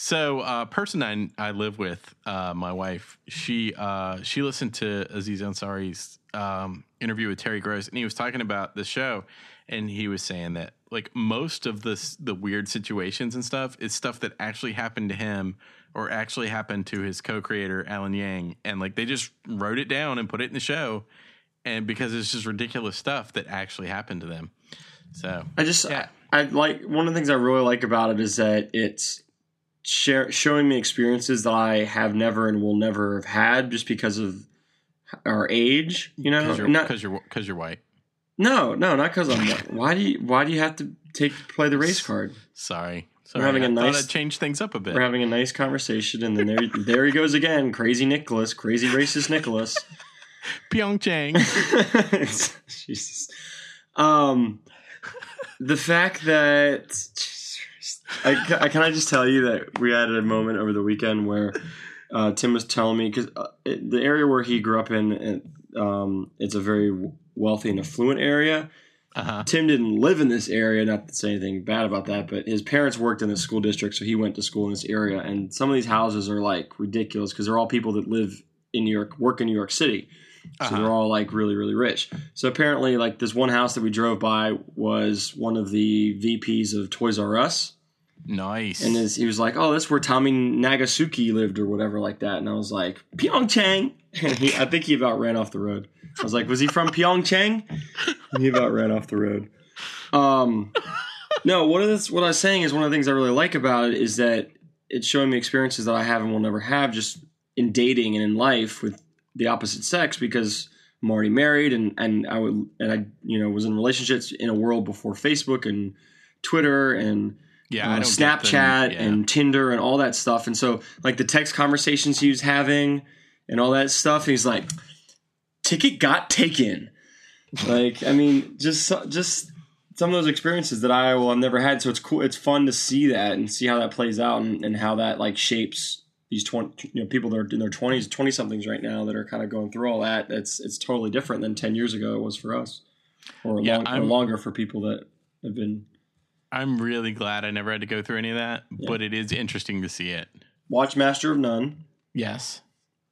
A: So, uh, person I I live with, uh, my wife, she uh, she listened to Aziz Ansari's um, interview with Terry Gross, and he was talking about the show, and he was saying that like most of this the weird situations and stuff is stuff that actually happened to him or actually happened to his co-creator Alan Yang, and like they just wrote it down and put it in the show, and because it's just ridiculous stuff that actually happened to them. So
B: I just
A: Yeah.
B: I, I like one of the things I really like about it is that it's share, showing me experiences that I have never and will never have had just because of our age. You know,
A: because you're
B: Not-
A: because you're because you're white.
B: no, no, not because I'm. why do you Why do you have to take play the race card?
A: Sorry, sorry.
B: having
A: I
B: a
A: thought
B: nice-
A: I'd change things up a bit.
B: We're having a nice conversation, and then there there he goes again, crazy Nicholas, crazy racist Nicholas.
A: Pyeongchang.
B: Jesus. Um, the fact that I, ca- I- can I just tell you that we had a moment over the weekend where uh, Tim was telling me because uh, it- the area where he grew up in, it, um, it's a very wealthy and affluent area.
A: Uh-huh.
B: Tim didn't live in this area, not to say anything bad about that, but his parents worked in the school district, so he went to school in this area. And some of these houses are like ridiculous because they're all people that live in New York, work in New York City. So
A: Uh-huh.
B: they're all like really, really rich. So apparently, like this one house that we drove by was one of the VPs of Toys R Us.
A: Nice.
B: And his, he was like, oh, that's where Tommy Nagasuki lived or whatever like that. And I was like, Pyeongchang. And he, I think he about ran off the road. I was like, was he from Pyeongchang? And he about ran off the road. Um, no, what, is, what I was saying is one of the things I really like about it is that it's showing me experiences that I have and will never have just in dating and in life with the opposite sex because I'm already married and, and I would, and I, you know, was in relationships in a world before Facebook and Twitter and
A: yeah,
B: uh,
A: I don't get them.
B: Snapchat
A: Yeah.
B: and Tinder and all that stuff. And so, like the text conversations he was having and all that stuff, he's like, "Ticket got taken." like, I mean, just so- just some of those experiences that I will have never had. So it's cool. It's fun to see that and see how that plays out and, and how that like shapes these twenty you know people that are in their twenties, twenty somethings right now that are kind of going through all that. It's it's totally different than ten years ago it was for us, or,
A: Yeah,
B: long, or
A: I'm-
B: longer for people that have been
A: I'm really glad I never had to go through any of that, but it is interesting to see it.
B: watch Master of None.
A: Yes.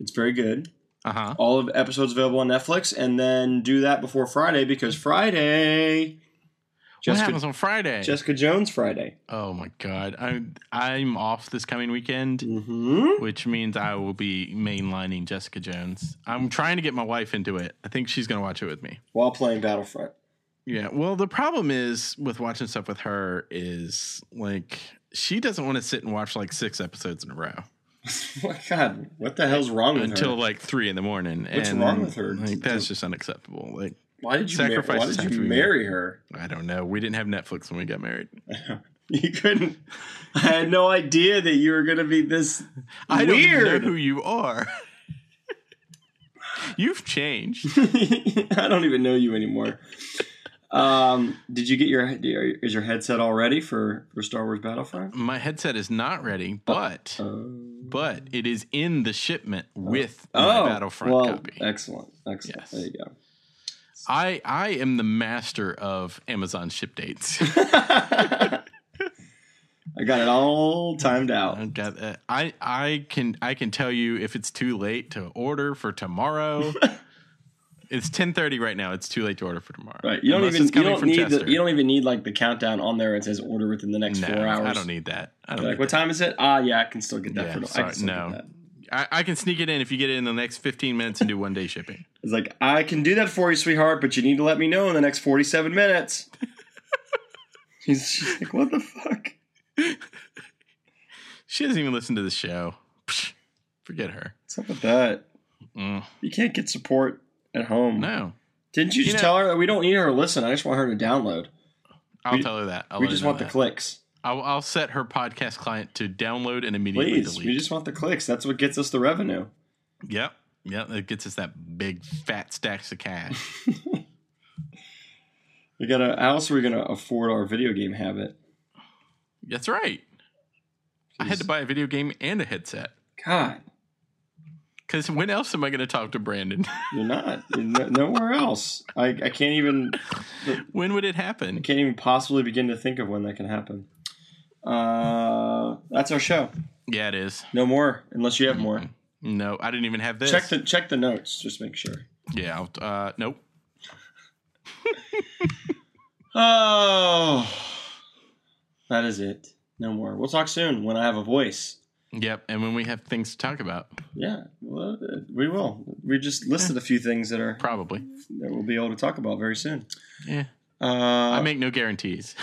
B: It's very good.
A: Uh huh.
B: All of episodes available on Netflix, and then do that before Friday because Friday,
A: What
B: Jessica,
A: happens on Friday?
B: Jessica Jones Friday.
A: oh my god, I'm I'm off this coming weekend,
B: Mm-hmm.
A: which means I will be mainlining Jessica Jones. I'm trying to get my wife into it. I think she's gonna watch it with me.
B: While playing Battlefront,
A: Yeah. Well, the problem is with watching stuff with her is like she doesn't want to sit and watch like six episodes in a row
B: what God? What the hell's wrong with
A: until
B: her?
A: like three in the morning.
B: What's
A: and,
B: wrong with her?
A: Like that's just unacceptable. Like
B: Why did you? mar- why
A: sacrifices
B: did
A: have
B: you
A: to be
B: marry her?
A: I don't know. We didn't have Netflix when we got married.
B: You couldn't. I had no idea that you were going to be this
A: I don't even
B: weird.
A: know who you are. You've changed.
B: I don't even know you anymore. Um, did you get your? Is your headset all ready for for Star Wars Battlefront?
A: My headset is not ready, but
B: Oh.
A: but it is in the shipment with
B: Oh,
A: my Battlefront
B: well,
A: copy.
B: Excellent, excellent.
A: Yes.
B: There you go.
A: I I am the master of Amazon ship dates.
B: I got it all timed out.
A: I've got that. I I can I can tell you if it's too late to order for tomorrow. it's ten thirty right now. It's too late to order for tomorrow.
B: Right, you don't
A: Unless
B: even
A: it's
B: you
A: coming
B: don't
A: from
B: need the,
A: Chester.
B: you don't even need like the countdown on there. It says order within the next
A: no,
B: four hours.
A: I don't need that. I don't.
B: Like
A: need
B: what
A: that.
B: time is it? Ah, yeah, I can still get that.
A: Yeah,
B: for, I
A: sorry,
B: can still
A: no.
B: Get that.
A: I, I can sneak it in if you get it in the next fifteen minutes and do one day shipping.
B: It's like I can do that for you, sweetheart, but you need to let me know in the next forty-seven minutes. She's, she's like, what the fuck?
A: She doesn't even listen to the show. Psh, forget her.
B: What's up with that?
A: Mm,
B: You can't get support at home.
A: no,
B: Didn't you
A: You
B: just
A: know-
B: tell her that we don't need her to listen? I just want her to download.
A: I'll
B: We-
A: tell her that. I'll
B: we
A: let her
B: just
A: know
B: want the
A: that.
B: clicks.
A: I'll, I'll set her podcast client to download and immediately
B: Please,
A: delete.
B: we just want the clicks. That's what gets us the revenue.
A: yep. Yeah, it gets us that big fat stacks of cash.
B: We gotta. How else are we gonna afford our video game habit?
A: That's right. I had to buy a video game and a headset.
B: God,
A: Because when else am I going to talk to Brandon?
B: you're not. You're no- nowhere else. I, I can't even.
A: when would it
B: I
A: happen?
B: can't even possibly begin to think of when that can happen. Uh, that's our show.
A: Yeah, it is.
B: No more, unless you have more.
A: No, I didn't even have Mm-hmm. this.
B: Check the check the notes. Just make sure.
A: yeah, I'll- uh, nope.
B: Oh, that is it. No more. We'll talk soon when I have a voice.
A: Yep, and when we have things to talk about,
B: Yeah, well, uh, we will. We just listed a few things that are
A: probably.
B: that we'll be able to talk about very soon.
A: Yeah,
B: Uh,
A: I make no guarantees.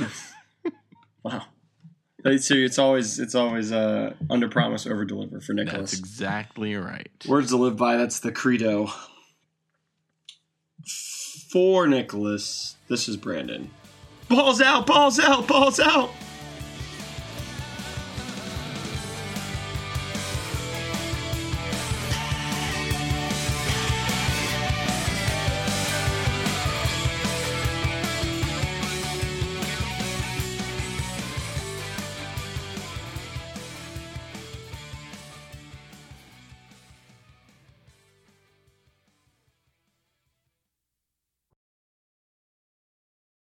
B: wow. Hey, So it's always it's always uh, under promise over deliver for Nicholas.
A: That's exactly right.
B: Words to live by. That's the credo. For Nicholas, this is Brandon. Balls out! Balls out! Balls out!